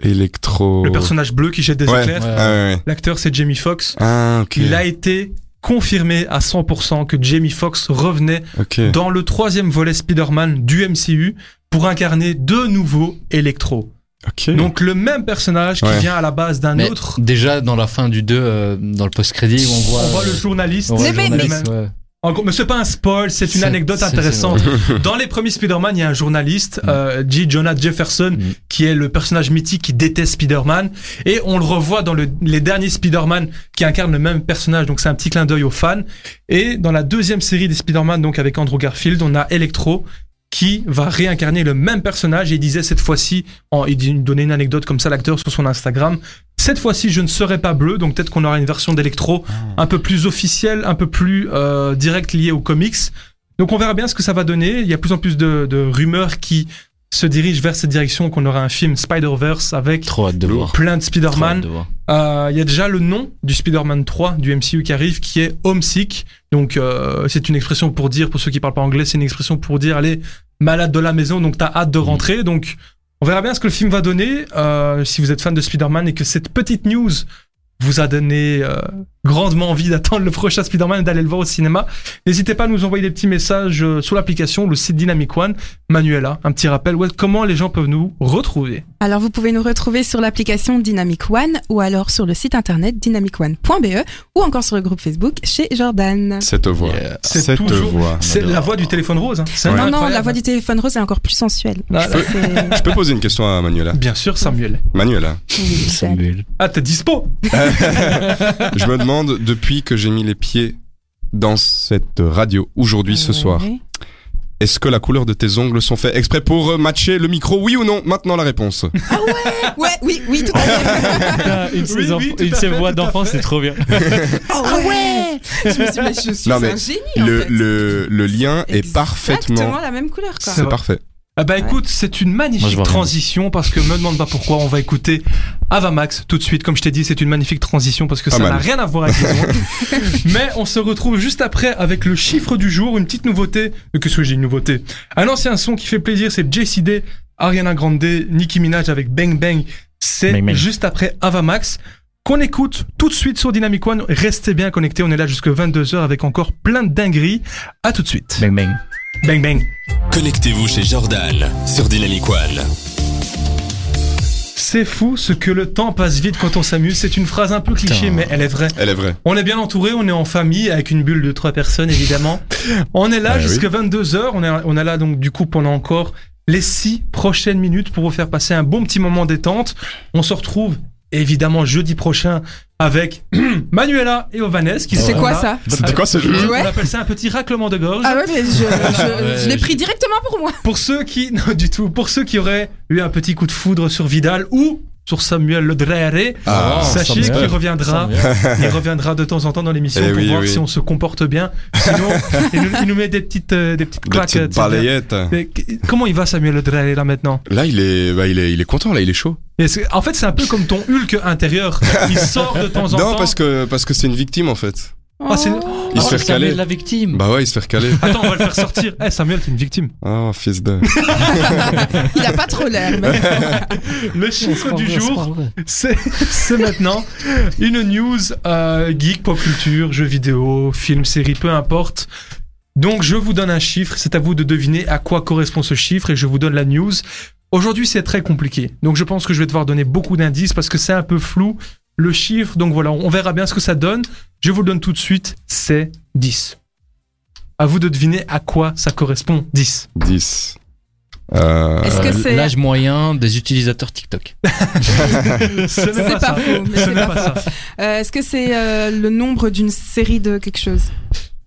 Speaker 3: Électro.
Speaker 2: le personnage bleu qui jette des
Speaker 3: Ouais.
Speaker 2: éclairs.
Speaker 4: Ouais.
Speaker 3: Ah, ouais, ouais.
Speaker 2: L'acteur, c'est Jamie Foxx.
Speaker 3: Ah, ok.
Speaker 2: Il a été confirmé à 100% que Jamie Foxx revenait
Speaker 3: Ok.
Speaker 2: dans le troisième volet Spider-Man du MCU pour incarner de nouveau Electro.
Speaker 3: Ok.
Speaker 2: Donc le même personnage qui
Speaker 3: Ouais.
Speaker 2: vient à la base d'un
Speaker 4: Mais
Speaker 2: autre
Speaker 4: déjà, dans la fin du 2, euh, dans le post-crédit, on voit. euh,
Speaker 2: On voit le journaliste.
Speaker 4: on voit
Speaker 5: Les
Speaker 4: le
Speaker 5: mecs.
Speaker 4: journaliste, ouais.
Speaker 2: En gros, mais c'est pas un spoil, c'est une
Speaker 4: C'est-
Speaker 2: anecdote
Speaker 4: c'est- c'est
Speaker 2: intéressante. Dans les premiers Spider-Man, il y a un journaliste,
Speaker 4: Mm.
Speaker 2: euh, G. Jonah Jefferson,
Speaker 4: Mm.
Speaker 2: qui est le personnage mythique qui déteste Spider-Man. Et on le revoit dans le- les derniers Spider-Man qui incarnent le même personnage. Donc c'est un petit clin d'œil aux fans. Et dans la deuxième série des Spider-Man, donc avec Andrew Garfield, on a Electro qui va réincarner le même personnage. Et il disait cette fois-ci, en, il dit- il donnait une anecdote comme ça l'acteur sur son Instagram. Cette fois-ci, je ne serai pas bleu, donc peut-être qu'on aura une version d'Electro un peu plus officielle, un peu plus euh, directe liée aux comics. Donc on verra bien ce que ça va donner. Il y a de plus en plus de, de rumeurs qui se dirigent vers cette direction, qu'on aura un film Spider-Verse avec
Speaker 4: Trop hâte de voir.
Speaker 2: plein de
Speaker 4: Trop hâte
Speaker 2: Spider-Man.
Speaker 4: de voir.
Speaker 2: Euh, Il y a déjà le nom du Spider-Man 3 du MCU qui arrive, qui est homesick. Donc euh, c'est une expression pour dire, pour ceux qui parlent pas anglais, c'est une expression pour dire, allez, malade de la maison, donc t'as
Speaker 4: Mm.
Speaker 2: hâte de rentrer. Donc on verra bien ce que le film va donner. Euh, si vous êtes fan de Spider-Man et que cette petite news vous a donné euh, grandement envie d'attendre le prochain Spider-Man et d'aller le voir au cinéma, n'hésitez pas à nous envoyer des petits messages euh, sur l'application, le site Dynamic One. Manuela, un petit rappel, ouais, comment les gens peuvent nous retrouver
Speaker 5: Alors vous pouvez nous retrouver sur l'application Dynamic One ou alors sur le site internet dynamicone.be E ou encore sur le groupe Facebook chez Jordan.
Speaker 3: Cette voix.
Speaker 4: Yeah.
Speaker 2: C'est
Speaker 3: Cette
Speaker 2: toujours-
Speaker 3: voix.
Speaker 2: C'est la voix du téléphone rose. hein. C'est
Speaker 5: Non, non,
Speaker 2: incroyable.
Speaker 5: la voix du téléphone rose est encore plus sensuelle.
Speaker 2: Ah,
Speaker 5: Ça, c'est-
Speaker 3: Je peux poser une question à Manuela.
Speaker 2: Bien sûr, Samuel.
Speaker 3: Manuela,
Speaker 5: Oui, c'est-
Speaker 4: Samuel.
Speaker 2: Ah, t'es dispo
Speaker 3: je me demande depuis que j'ai mis les pieds dans cette radio aujourd'hui
Speaker 5: Ah
Speaker 3: ce soir,
Speaker 5: Oui.
Speaker 3: est-ce que la couleur de tes ongles sont faits exprès pour euh, matcher le micro Oui ou non Maintenant la réponse.
Speaker 5: Ouais, oui, oui, tout à fait.
Speaker 2: Ah, une de Oui, ses oui, enf- tout une à de ses fait, voix tout à d'enfant, fait. c'est
Speaker 4: trop bien.
Speaker 5: Oh ouais Je me suis dit, mais je suis
Speaker 3: Non, mais
Speaker 5: un génie en
Speaker 3: Le,
Speaker 5: fait.
Speaker 3: le, le lien est
Speaker 5: Exactement
Speaker 3: parfaitement.
Speaker 5: la même couleur quoi.
Speaker 2: C'est
Speaker 3: C'est parfait.
Speaker 2: Ah bah écoute, c'est une
Speaker 4: Moi, je
Speaker 2: magnifique
Speaker 4: vois rien.
Speaker 2: transition parce que me demande pas pourquoi, on va écouter Avamax tout de suite. Comme je t'ai dit, c'est une magnifique transition parce que
Speaker 3: Pas
Speaker 2: ça
Speaker 3: mal.
Speaker 2: n'a rien à voir avec les autres. Mais on se retrouve juste après avec le chiffre du jour, une petite nouveauté. Euh, Qu'est-ce que j'ai une nouveauté Un ancien son qui fait plaisir, c'est JCD, Ariana Grande, Nicki Minaj avec Bang Bang. C'est
Speaker 4: Bang Bang.
Speaker 2: juste après Avamax. Qu'on écoute tout de suite sur Dynamic One. Restez bien connectés, on est là jusque 22h avec encore plein de dingueries. À tout de suite.
Speaker 4: Bang bang.
Speaker 2: Bang bang.
Speaker 1: Connectez-vous chez Jordan sur Dynamic One.
Speaker 2: C'est fou ce que le temps passe vite quand on s'amuse. C'est une phrase un peu cliché,
Speaker 4: Putain.
Speaker 2: mais elle est vraie.
Speaker 3: Elle est vraie.
Speaker 2: On est bien entouré, on est en famille, avec une bulle de trois personnes évidemment. On
Speaker 5: Bah
Speaker 2: est là
Speaker 3: Ah oui.
Speaker 2: jusqu'à 22h, on est, on est là donc du coup pendant encore les six prochaines minutes pour vous faire passer un bon petit moment détente. On se retrouve évidemment jeudi prochain avec Manuela et Ovanes qui
Speaker 5: C'est
Speaker 2: seront
Speaker 5: quoi
Speaker 2: là.
Speaker 5: ça
Speaker 3: C'était quoi ce jeu
Speaker 2: On
Speaker 5: Ouais.
Speaker 2: appelle ça un petit raclement de gorge.
Speaker 5: Ah ouais, mais je, je-
Speaker 4: Ouais,
Speaker 5: je l'ai
Speaker 4: je-
Speaker 5: pris directement pour moi.
Speaker 2: Pour ceux qui, non du tout, pour ceux qui auraient eu un petit coup de foudre sur Vidal ou sur Samuel Le Dreyeré,
Speaker 3: Ah,
Speaker 2: sachez
Speaker 4: Samuel.
Speaker 2: qu'il reviendra, il reviendra de temps en temps dans l'émission
Speaker 3: Eh
Speaker 2: pour
Speaker 3: oui,
Speaker 2: voir
Speaker 3: oui.
Speaker 2: si on se comporte bien. Sinon, il nous, il nous met des petites, euh, des petites
Speaker 3: Des
Speaker 2: claques.
Speaker 3: petites
Speaker 2: etc.
Speaker 3: balayettes.
Speaker 2: Mais qu- comment il va Samuel Le Dreyeré là maintenant
Speaker 3: Là, il est, bah, il est, il est content. Là, il est chaud.
Speaker 2: Et c'est- En fait, c'est un peu comme ton Hulk intérieur. Il sort de temps en temps.
Speaker 3: Non, parce que, parce que c'est une victime en fait.
Speaker 2: Ah, c'est-
Speaker 3: Il
Speaker 5: Oh,
Speaker 3: se fait recaler.
Speaker 4: la victime.
Speaker 3: Bah ouais, il se fait recaler.
Speaker 2: Attends, on va le faire sortir. Eh Samuel, t'es une victime.
Speaker 3: Oh, fils de.
Speaker 5: Il a pas trop l'air. mais-
Speaker 2: Le chiffre du jour, C'est c'est maintenant une news euh, geek, pop culture, jeux vidéo, films, séries, peu importe. Donc je vous donne un chiffre, c'est à vous de deviner à quoi correspond ce chiffre et je vous donne la news. Aujourd'hui c'est très compliqué, donc je pense que je vais devoir donner beaucoup d'indices parce que c'est un peu flou le chiffre, donc voilà, on verra bien ce que ça donne. Je vous le donne tout de suite, c'est 10. À vous de deviner à quoi ça correspond, 10.
Speaker 3: 10. Euh,
Speaker 5: Est-ce que c'est.
Speaker 4: L'âge moyen des utilisateurs TikTok.
Speaker 2: Ce n'est
Speaker 5: C'est pas
Speaker 2: ça.
Speaker 5: faux, mais
Speaker 2: Ce
Speaker 5: c'est
Speaker 2: n'est
Speaker 5: pas
Speaker 2: pas ça.
Speaker 5: euh, Est-ce que c'est euh, le nombre d'une série de quelque chose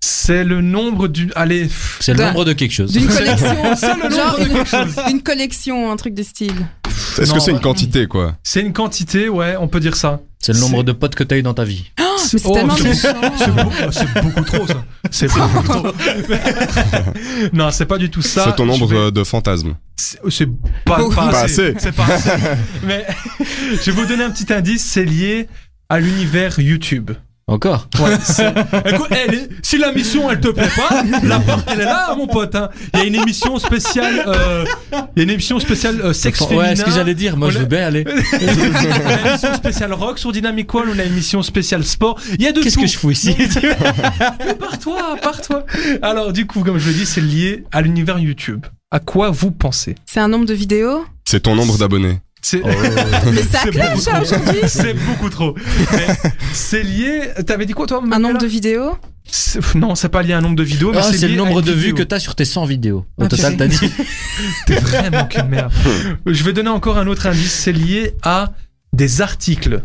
Speaker 2: C'est le nombre du... Allez... pff,
Speaker 4: C'est le
Speaker 5: D'un-
Speaker 4: nombre de quelque chose.
Speaker 5: D'une collection
Speaker 2: C'est le nombre
Speaker 5: Genre
Speaker 2: de
Speaker 5: une,
Speaker 2: quelque chose.
Speaker 5: une collection, un truc de style.
Speaker 3: Est-ce
Speaker 2: Non,
Speaker 3: que c'est une
Speaker 2: ouais.
Speaker 3: quantité quoi
Speaker 2: C'est une quantité, ouais, on peut dire ça.
Speaker 4: C'est le nombre de potes que t'as eu dans ta vie.
Speaker 5: Mais c'est
Speaker 2: Oh,
Speaker 5: tellement
Speaker 2: c'est- C'est
Speaker 5: méchant.
Speaker 2: beaucoup, oh, c'est beaucoup trop, ça. C'est beaucoup trop. non, c'est pas du tout ça.
Speaker 3: C'est ton nombre
Speaker 2: Je vais-
Speaker 3: euh, de fantasmes.
Speaker 2: C'est oh, c'est pas,
Speaker 5: Beaucoup.
Speaker 2: pas
Speaker 3: Pas
Speaker 2: assez.
Speaker 3: assez.
Speaker 2: C'est pas assez. Mais je vais vous donner un petit indice, c'est lié à l'univers YouTube.
Speaker 4: Encore
Speaker 2: Ouais, c'est- Écoute, eh, les- si la mission elle te plaît pas, la porte elle est là, mon pote. hein. Il y a une émission spéciale, euh, il y a une émission spéciale euh, sexe féminin.
Speaker 4: Ouais, ce que j'allais dire. Moi,
Speaker 2: On
Speaker 4: je
Speaker 2: l'a-
Speaker 4: veux bien aller.
Speaker 2: On a l'émission spéciale rock sur Dynamic One, on a l'émission spéciale sport. Il y a de
Speaker 4: Qu'est-ce
Speaker 2: tout.
Speaker 4: que je fous ici
Speaker 2: Mais pars-toi, pars-toi. Alors, du coup, comme je le dis, c'est lié à l'univers YouTube. À quoi vous pensez
Speaker 5: C'est un nombre de vidéos
Speaker 3: C'est ton nombre d'abonnés.
Speaker 4: Oh,
Speaker 2: C'est
Speaker 5: Mais ça
Speaker 2: C'est
Speaker 5: clash
Speaker 2: beaucoup
Speaker 5: ça,
Speaker 2: trop.
Speaker 5: aujourd'hui
Speaker 2: c'est beaucoup trop. Mais C'est lié. T'avais dit quoi, toi
Speaker 5: Un
Speaker 2: Manuela
Speaker 5: nombre de vidéos
Speaker 2: C'est- Non, c'est pas lié à un nombre de vidéos, mais
Speaker 4: Ah,
Speaker 2: c'est
Speaker 4: C'est
Speaker 2: lié
Speaker 4: le
Speaker 2: à
Speaker 4: nombre
Speaker 2: une
Speaker 4: de vues
Speaker 2: vidéo.
Speaker 4: que t'as sur tes 100 vidéos. Au
Speaker 5: Ah,
Speaker 4: total, t'as dit.
Speaker 2: T'es vraiment qu'une merde. Je vais donner encore un autre indice. C'est lié à des articles.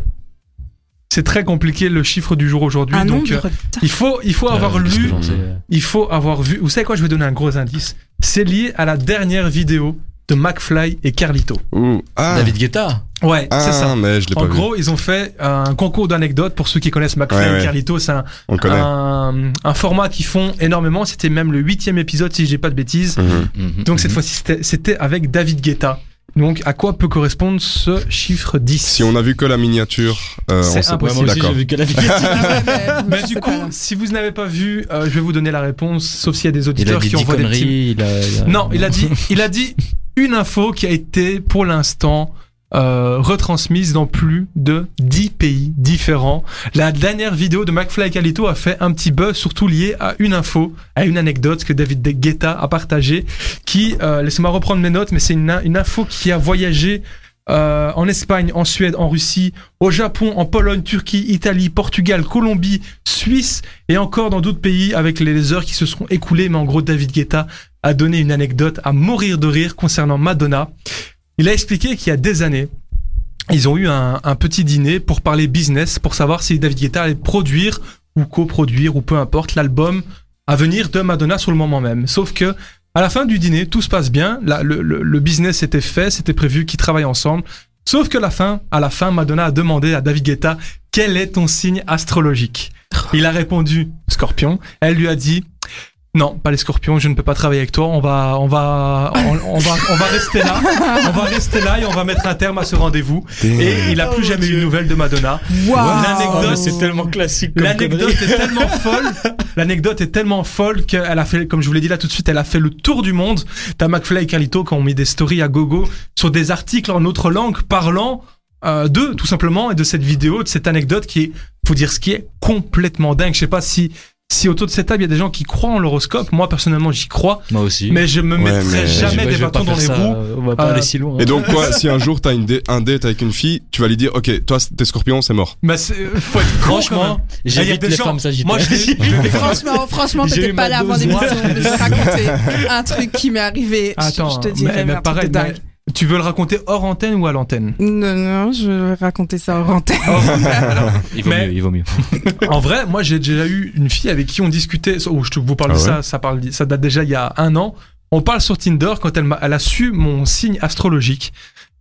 Speaker 2: C'est très compliqué le chiffre du jour aujourd'hui.
Speaker 5: Un
Speaker 2: donc,
Speaker 5: nombre
Speaker 2: euh, il faut, il faut avoir lu.
Speaker 3: j'en sais
Speaker 2: Il faut avoir vu. Vous savez quoi Je vais donner un gros indice. C'est lié à la dernière vidéo de McFly et Carlito.
Speaker 3: Ouh. Ah,
Speaker 4: David Guetta.
Speaker 2: Ouais,
Speaker 3: ah,
Speaker 2: c'est ça.
Speaker 3: mais je l'ai
Speaker 2: En
Speaker 3: pas vu.
Speaker 2: gros, ils ont fait un concours d'anecdotes pour ceux qui connaissent McFly
Speaker 3: Ouais,
Speaker 2: et
Speaker 3: ouais.
Speaker 2: Carlito. C'est un,
Speaker 3: On le connaît.
Speaker 2: un, un format qu'ils font énormément. C'était même le huitième épisode, si j'ai pas de bêtises.
Speaker 3: Mhm.
Speaker 2: Donc cette fois-ci, c'était- c'était avec David Guetta. Donc à quoi peut correspondre ce chiffre 10
Speaker 3: Si on a vu que la miniature, euh,
Speaker 2: C'est
Speaker 3: on sait
Speaker 2: impossible.
Speaker 3: pas.
Speaker 4: moi aussi, j'ai
Speaker 3: D'accord.
Speaker 4: vu que David Guetta.
Speaker 2: Bah, du coup, si vous n'avez pas vu, euh, je vais vous donner la réponse, sauf s'il y a des
Speaker 4: Il a
Speaker 2: auditeurs
Speaker 4: dit
Speaker 2: qui
Speaker 4: 10
Speaker 2: envoient des petits
Speaker 4: conneries. il a- il a-
Speaker 2: Non, il a dit, il a dit une info qui a été pour l'instant euh, retransmise dans plus de 10 pays différents. La dernière vidéo de McFly et Calito a fait un petit buzz, surtout lié à une info, à une anecdote que David Guetta a partagée, qui, euh, laissez-moi reprendre mes notes, mais c'est une, une info qui a voyagé euh, en Espagne, en Suède, en Russie, au Japon, en Pologne, Turquie, Italie, Portugal, Colombie, Suisse et encore dans d'autres pays avec les heures qui se seront écoulées. Mais en gros, David Guetta a donné une anecdote à mourir de rire concernant Madonna. Il a expliqué qu'il y a des années, ils ont eu un, un petit dîner pour parler business, pour savoir si David Guetta allait produire ou coproduire ou peu importe l'album à venir de Madonna sur le moment même. Sauf que à la fin du dîner, tout se passe bien. La- le, le- le business était fait, c'était prévu qu'ils travaillent ensemble. Sauf que la fin, à la fin, Madonna a demandé à David Guetta quel est ton signe astrologique. Il a répondu Scorpion. Elle lui a dit non, pas les Scorpions. Je ne peux pas travailler avec toi. On va, on va, on, on va, on va rester là. On va rester là et on va mettre un terme à ce rendez-vous. Et il a plus jamais eu de nouvelles de Madonna. L'anecdote, c'est tellement
Speaker 4: classique
Speaker 2: L'anecdote est tellement folle. L'anecdote est tellement folle qu'elle a fait, comme je vous l'ai dit là tout de suite, elle a fait le tour du monde. T'as McFly et Carlito qui ont mis des stories à gogo sur des articles en autre langue parlant euh, d'eux, tout simplement, et de cette vidéo, de cette anecdote qui est, faut dire ce qui est, complètement dingue. Je sais pas si si autour de cette table il y a des gens qui croient en l'horoscope, moi personnellement j'y crois,
Speaker 4: Moi aussi.
Speaker 2: mais je me
Speaker 3: Ouais,
Speaker 2: mettrai
Speaker 3: mais-
Speaker 2: jamais
Speaker 4: Je-
Speaker 2: des
Speaker 4: je vais pas
Speaker 2: bâtons dans
Speaker 4: faire
Speaker 2: les
Speaker 4: ça,
Speaker 2: roues.
Speaker 4: euh, On va pas
Speaker 2: Euh,
Speaker 4: aller si loin.
Speaker 3: Et donc, quoi, si un jour t'as une dé- un date avec une fille, tu vas lui dire, ok, toi, t'es scorpion, c'est mort.
Speaker 2: Bah, c'est- faut être grand, quand même.
Speaker 4: franchement,
Speaker 2: Ah, il y a
Speaker 4: j'évite
Speaker 2: des
Speaker 4: les
Speaker 2: gens-
Speaker 4: femmes sagittaires.
Speaker 2: Moi, je
Speaker 5: Franchement, franchement,
Speaker 4: J'ai
Speaker 5: t'étais
Speaker 4: eu
Speaker 5: pas
Speaker 4: ma
Speaker 5: là avant
Speaker 4: dose.
Speaker 5: l'émission. Je vais te raconter un truc qui m'est arrivé. Je-
Speaker 2: Attends,
Speaker 5: je te
Speaker 2: mais-
Speaker 5: dirai,
Speaker 2: mais
Speaker 5: mais un truc
Speaker 2: pareil,
Speaker 5: de dingue.
Speaker 2: mais tu veux le raconter hors antenne ou à l'antenne
Speaker 5: Non, non, je vais raconter ça en antenne.
Speaker 4: Il vaut
Speaker 2: Mais-
Speaker 4: mieux, il vaut mieux.
Speaker 2: En vrai, moi j'ai déjà eu une fille avec qui on discutait. Oh, je te- vous parle
Speaker 3: Ah
Speaker 2: de
Speaker 3: ouais
Speaker 2: ça, ça, parle, ça date déjà il y a un an. On parle sur Tinder quand elle, m'a- elle a su mon signe astrologique.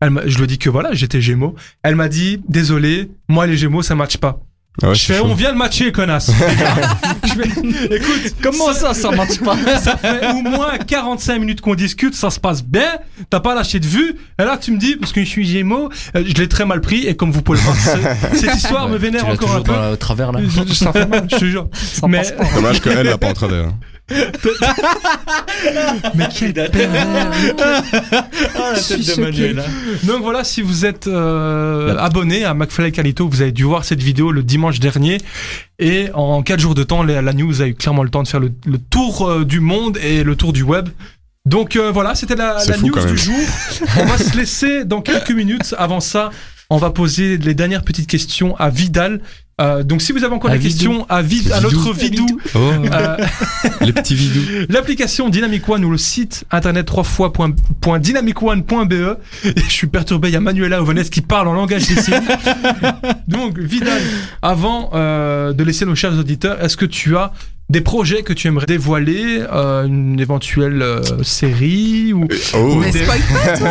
Speaker 2: Elle m'a- je lui ai dit que voilà, j'étais Gémeaux. Elle m'a dit désolé, moi les Gémeaux ça matche pas.
Speaker 3: Ah ouais,
Speaker 2: je
Speaker 3: c'est
Speaker 2: fais
Speaker 3: chaud.
Speaker 2: on vient de matcher connasse. Je fais, Écoute,
Speaker 4: Comment ça, ça marche pas
Speaker 2: ça fait au moins 45 minutes qu'on discute, ça se passe bien, t'as pas lâché de vue, et là tu me dis, parce que je suis Gémeaux, euh, je l'ai très mal pris, et comme vous pouvez le voir, ce- cette histoire me vénère encore un peu.
Speaker 4: Au travers là.
Speaker 2: Je- je- Ça fait mal, je te jure.
Speaker 4: Ça
Speaker 2: mais,
Speaker 4: passe pas.
Speaker 3: Dommage qu'elle l'a pas en travers. hein.
Speaker 2: mais quelle pervers.
Speaker 5: la tête de Manuel,
Speaker 2: Donc voilà, si vous êtes euh,
Speaker 4: La-
Speaker 2: abonné à McFly et Carlito, vous avez dû voir cette vidéo le dimanche dernier. Et en 4 jours de temps, la, la news a eu clairement le temps de faire le, le tour euh, du monde et le tour du web. Donc euh, voilà, c'était la,
Speaker 3: C'est
Speaker 2: la
Speaker 3: fou,
Speaker 2: news
Speaker 3: quand même.
Speaker 2: du jour. On va se laisser dans quelques minutes. Avant ça, on va poser les dernières petites questions à Vidal. Euh, donc si vous avez encore
Speaker 4: À
Speaker 2: des
Speaker 4: Vidou.
Speaker 2: questions à, Vid- à notre Vidou,
Speaker 4: Oh.
Speaker 2: euh,
Speaker 3: Les petits vidous.
Speaker 2: L'application Dynamic One ou le site internet 3 fois.dynamicone.be. Et Je suis perturbé, il y a Manuela Ovanès qui parle en langage des signes. Donc, Vidal, avant euh, de laisser nos chers auditeurs, est-ce que tu as des projets que tu aimerais dévoiler, euh, une éventuelle euh, série ou
Speaker 3: Oh,
Speaker 5: Mais spoil pas, toi.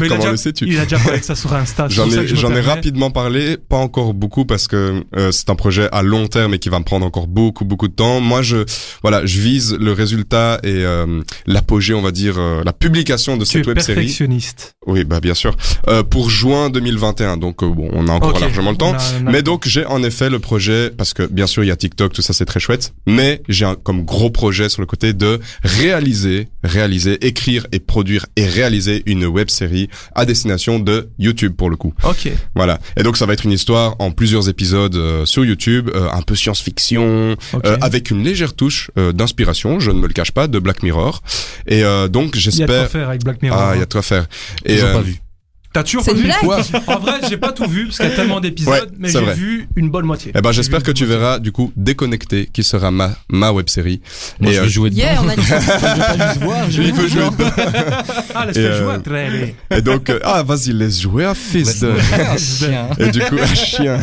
Speaker 2: Mais il a
Speaker 3: comment
Speaker 2: déjà-
Speaker 3: le sais-tu
Speaker 2: Il a déjà parlé de ça sur Insta. c'est
Speaker 3: J'en
Speaker 2: pour ça
Speaker 3: ai,
Speaker 2: que je me
Speaker 3: j'en ai
Speaker 2: permets.
Speaker 3: rapidement parlé, pas encore beaucoup parce que euh, c'est un projet à long terme et qui va me prendre encore beaucoup beaucoup de temps. Moi, je voilà, je vise le résultat et euh, l'apogée, on va dire, euh, la publication de
Speaker 2: Tu es
Speaker 3: cette web série.
Speaker 2: perfectionniste.
Speaker 3: Oui, bah bien sûr. Euh, pour juin 2021, donc euh, bon, on a encore
Speaker 2: Ok.
Speaker 3: largement le temps.
Speaker 2: On a- on a-
Speaker 3: Mais donc j'ai en effet le projet parce que bien sûr il y a TikTok tout ça c'est très chouette mais j'ai un comme gros projet sur le côté de réaliser réaliser écrire et produire et réaliser une web série à destination de YouTube pour le coup
Speaker 2: Ok.
Speaker 3: voilà et donc ça va être une histoire en plusieurs épisodes euh, sur YouTube euh, un peu science-fiction
Speaker 2: ok.
Speaker 3: euh, avec une légère touche euh, d'inspiration je ne me le cache pas de Black Mirror et euh, donc
Speaker 2: il y a de quoi
Speaker 3: j'espère
Speaker 2: faire avec Black Mirror. hein.
Speaker 3: ah il y a de quoi faire et
Speaker 4: Ils ont
Speaker 3: euh,
Speaker 4: pas vu.
Speaker 2: T'as toujours
Speaker 5: C'est
Speaker 2: pas
Speaker 5: une
Speaker 2: vu
Speaker 5: blague.
Speaker 3: ouais,
Speaker 2: En vrai, j'ai pas tout vu parce qu'il y a tellement d'épisodes,
Speaker 3: Ouais,
Speaker 2: mais
Speaker 3: c'est
Speaker 2: j'ai
Speaker 3: vrai.
Speaker 2: vu une bonne moitié.
Speaker 3: eh ben
Speaker 2: J'ai
Speaker 3: j'espère
Speaker 2: vu
Speaker 3: que
Speaker 2: une
Speaker 3: tu
Speaker 2: bonne moitié.
Speaker 3: verras du coup déconnecté qui sera ma ma web série
Speaker 4: Moi,
Speaker 3: Et,
Speaker 4: je
Speaker 3: euh,
Speaker 4: veux jouer dedans.
Speaker 5: Yeah, on a dit
Speaker 4: Je veux pas juste voir. Je veux
Speaker 3: Il peut jouer dedans.
Speaker 2: Ah, laisse
Speaker 3: Et,
Speaker 2: le
Speaker 3: euh,
Speaker 2: jouer, après, allez.
Speaker 3: Et donc, euh, ah, vas-y, laisse jouer à fils de. Et du coup, un chien.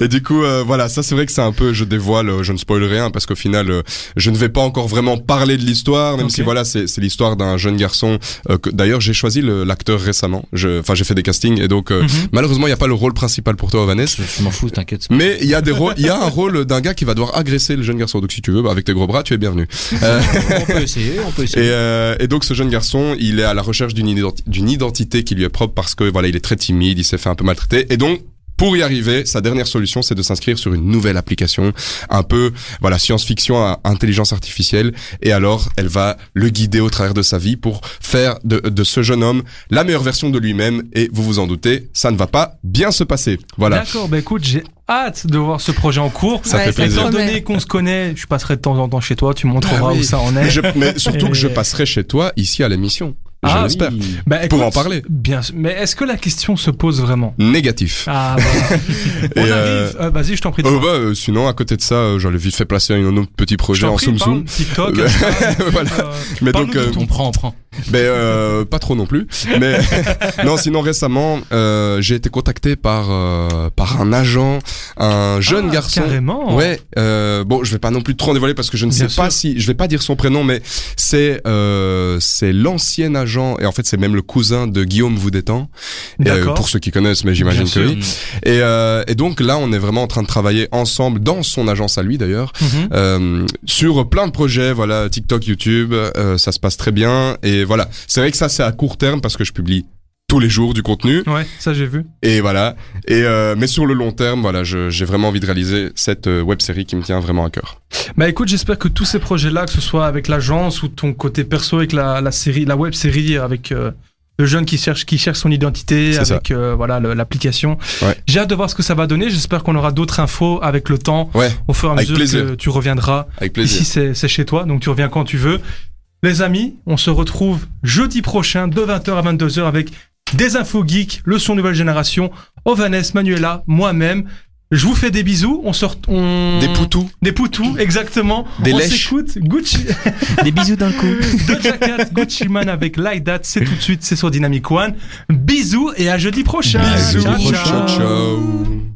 Speaker 3: Et du coup, euh, voilà, ça c'est vrai que c'est un peu, je dévoile, euh, je ne spoil rien parce qu'au final, euh, je ne vais pas encore vraiment parler de l'histoire, même
Speaker 2: Ok.
Speaker 3: si voilà, c'est c'est l'histoire d'un jeune garçon. euh, que D'ailleurs, j'ai choisi le- l'acteur récemment. Je- Enfin, j'ai fait des castings et donc, euh,
Speaker 2: Mhm.
Speaker 3: malheureusement, il n'y a pas le rôle principal pour toi, Vanessa.
Speaker 4: Je je m'en fous, t'inquiète.
Speaker 3: Mais il y a des rôles, il y a un rôle d'un gars qui va devoir agresser le jeune garçon. Donc, si tu veux, bah, avec tes gros bras, tu es bienvenu. Euh,
Speaker 4: On peut essayer, on peut
Speaker 3: et,
Speaker 4: essayer.
Speaker 3: euh, et donc ce jeune garçon, il est à la recherche d'une identi- d'une identité qui lui est propre parce que voilà, il est très timide, il s'est fait un peu maltraiter. Et donc pour y arriver, sa dernière solution, c'est de s'inscrire sur une nouvelle application, un peu voilà science-fiction à intelligence artificielle. Et alors, elle va le guider au travers de sa vie pour faire de, de ce jeune homme la meilleure version de lui-même. Et vous vous en doutez, ça ne va pas bien se passer. Voilà.
Speaker 2: D'accord, bah écoute, j'ai hâte de voir ce projet en cours.
Speaker 3: Ça
Speaker 5: Ouais,
Speaker 3: fait
Speaker 5: ça
Speaker 3: plaisir.
Speaker 2: Étant
Speaker 5: promet.
Speaker 2: donné qu'on se connaît, je passerai de temps en temps chez toi, tu montreras
Speaker 3: Ah oui.
Speaker 2: où ça en
Speaker 3: Mais,
Speaker 2: est.
Speaker 3: je- mais surtout que je
Speaker 2: Et-
Speaker 3: passerai chez toi ici à l'émission. Je
Speaker 2: Ah
Speaker 4: euh,
Speaker 3: l'espère.
Speaker 2: Bah,
Speaker 3: pour en parler.
Speaker 2: Bien sûr. Mais est-ce que la question se pose vraiment
Speaker 3: Négatif.
Speaker 2: Ah, voilà. On
Speaker 3: Et, euh,
Speaker 2: arrive. euh, Vas-y, je t'en prie.
Speaker 3: Euh, bah, euh, sinon, à côté de ça, euh, j'allais vite fait placer un autre petit
Speaker 2: je
Speaker 3: projet
Speaker 2: t'en
Speaker 3: en
Speaker 2: prie,
Speaker 3: soum
Speaker 2: parle,
Speaker 3: soum.
Speaker 2: TikTok.
Speaker 3: Euh,
Speaker 2: etc.
Speaker 3: voilà.
Speaker 2: Euh,
Speaker 3: Mais
Speaker 2: parle-nous
Speaker 3: donc,
Speaker 2: de
Speaker 3: euh,
Speaker 2: ton-
Speaker 4: On prend, on prend.
Speaker 3: Mais euh, pas trop non plus. Mais non, sinon récemment, euh, j'ai été contacté par euh, par un agent, un jeune
Speaker 2: Ah,
Speaker 3: garçon.
Speaker 2: Carrément.
Speaker 3: Ouais. euh, bon, je vais pas non plus trop en dévoiler parce que je ne
Speaker 2: Bien
Speaker 3: sais pas
Speaker 2: sûr.
Speaker 3: si je vais pas dire son prénom, mais c'est euh, c'est l'ancien agent et en fait c'est même le cousin de Guillaume Voudétan. Et, euh,
Speaker 2: D'accord.
Speaker 3: pour ceux qui connaissent, mais j'imagine
Speaker 2: Bien
Speaker 3: que
Speaker 2: sûr.
Speaker 3: oui. Et, euh, et donc là, on est vraiment en train de travailler ensemble dans son agence à lui d'ailleurs.
Speaker 2: Mhm.
Speaker 3: Euh, sur plein de projets, voilà, TikTok, YouTube, euh, ça se passe très bien. Et voilà, c'est vrai que ça, c'est à court terme parce que je publie tous les jours du contenu.
Speaker 2: Ouais, ça j'ai vu.
Speaker 3: Et voilà. Et euh, mais sur le long terme, voilà, je- j'ai vraiment envie de réaliser cette web série qui me tient vraiment à cœur.
Speaker 2: Bah écoute, j'espère que tous ces projets-là, que ce soit avec l'agence ou ton côté perso, avec la, la série, la web série, avec euh, le jeune qui cherche, qui cherche son identité
Speaker 3: C'est ça.
Speaker 2: avec euh, voilà le- l'application.
Speaker 3: Ouais.
Speaker 2: J'ai hâte de voir ce que ça va donner. J'espère qu'on aura d'autres infos avec le temps,
Speaker 3: Ouais,
Speaker 2: au fur et à
Speaker 3: Avec
Speaker 2: mesure
Speaker 3: plaisir.
Speaker 2: que tu reviendras.
Speaker 3: avec plaisir.
Speaker 2: Ici, c'est- c'est chez toi, donc tu reviens quand tu veux. Les amis, on se retrouve jeudi prochain de 20h à 22h avec des infos geeks, le son nouvelle génération, Ovanes, Manuela, moi-même. Je vous fais des bisous. On sort, on...
Speaker 3: Des poutous.
Speaker 2: Des poutous, exactement.
Speaker 3: Des
Speaker 2: on
Speaker 3: lèches.
Speaker 2: s'écoute. Gucci.
Speaker 6: Des bisous d'un coup.
Speaker 2: Doja Cat, Gucci Man avec Like That, c'est tout de suite, c'est sur Dynamic One. Bisous et à jeudi prochain.
Speaker 3: Bisous.
Speaker 2: Ciao, ciao.
Speaker 3: ciao.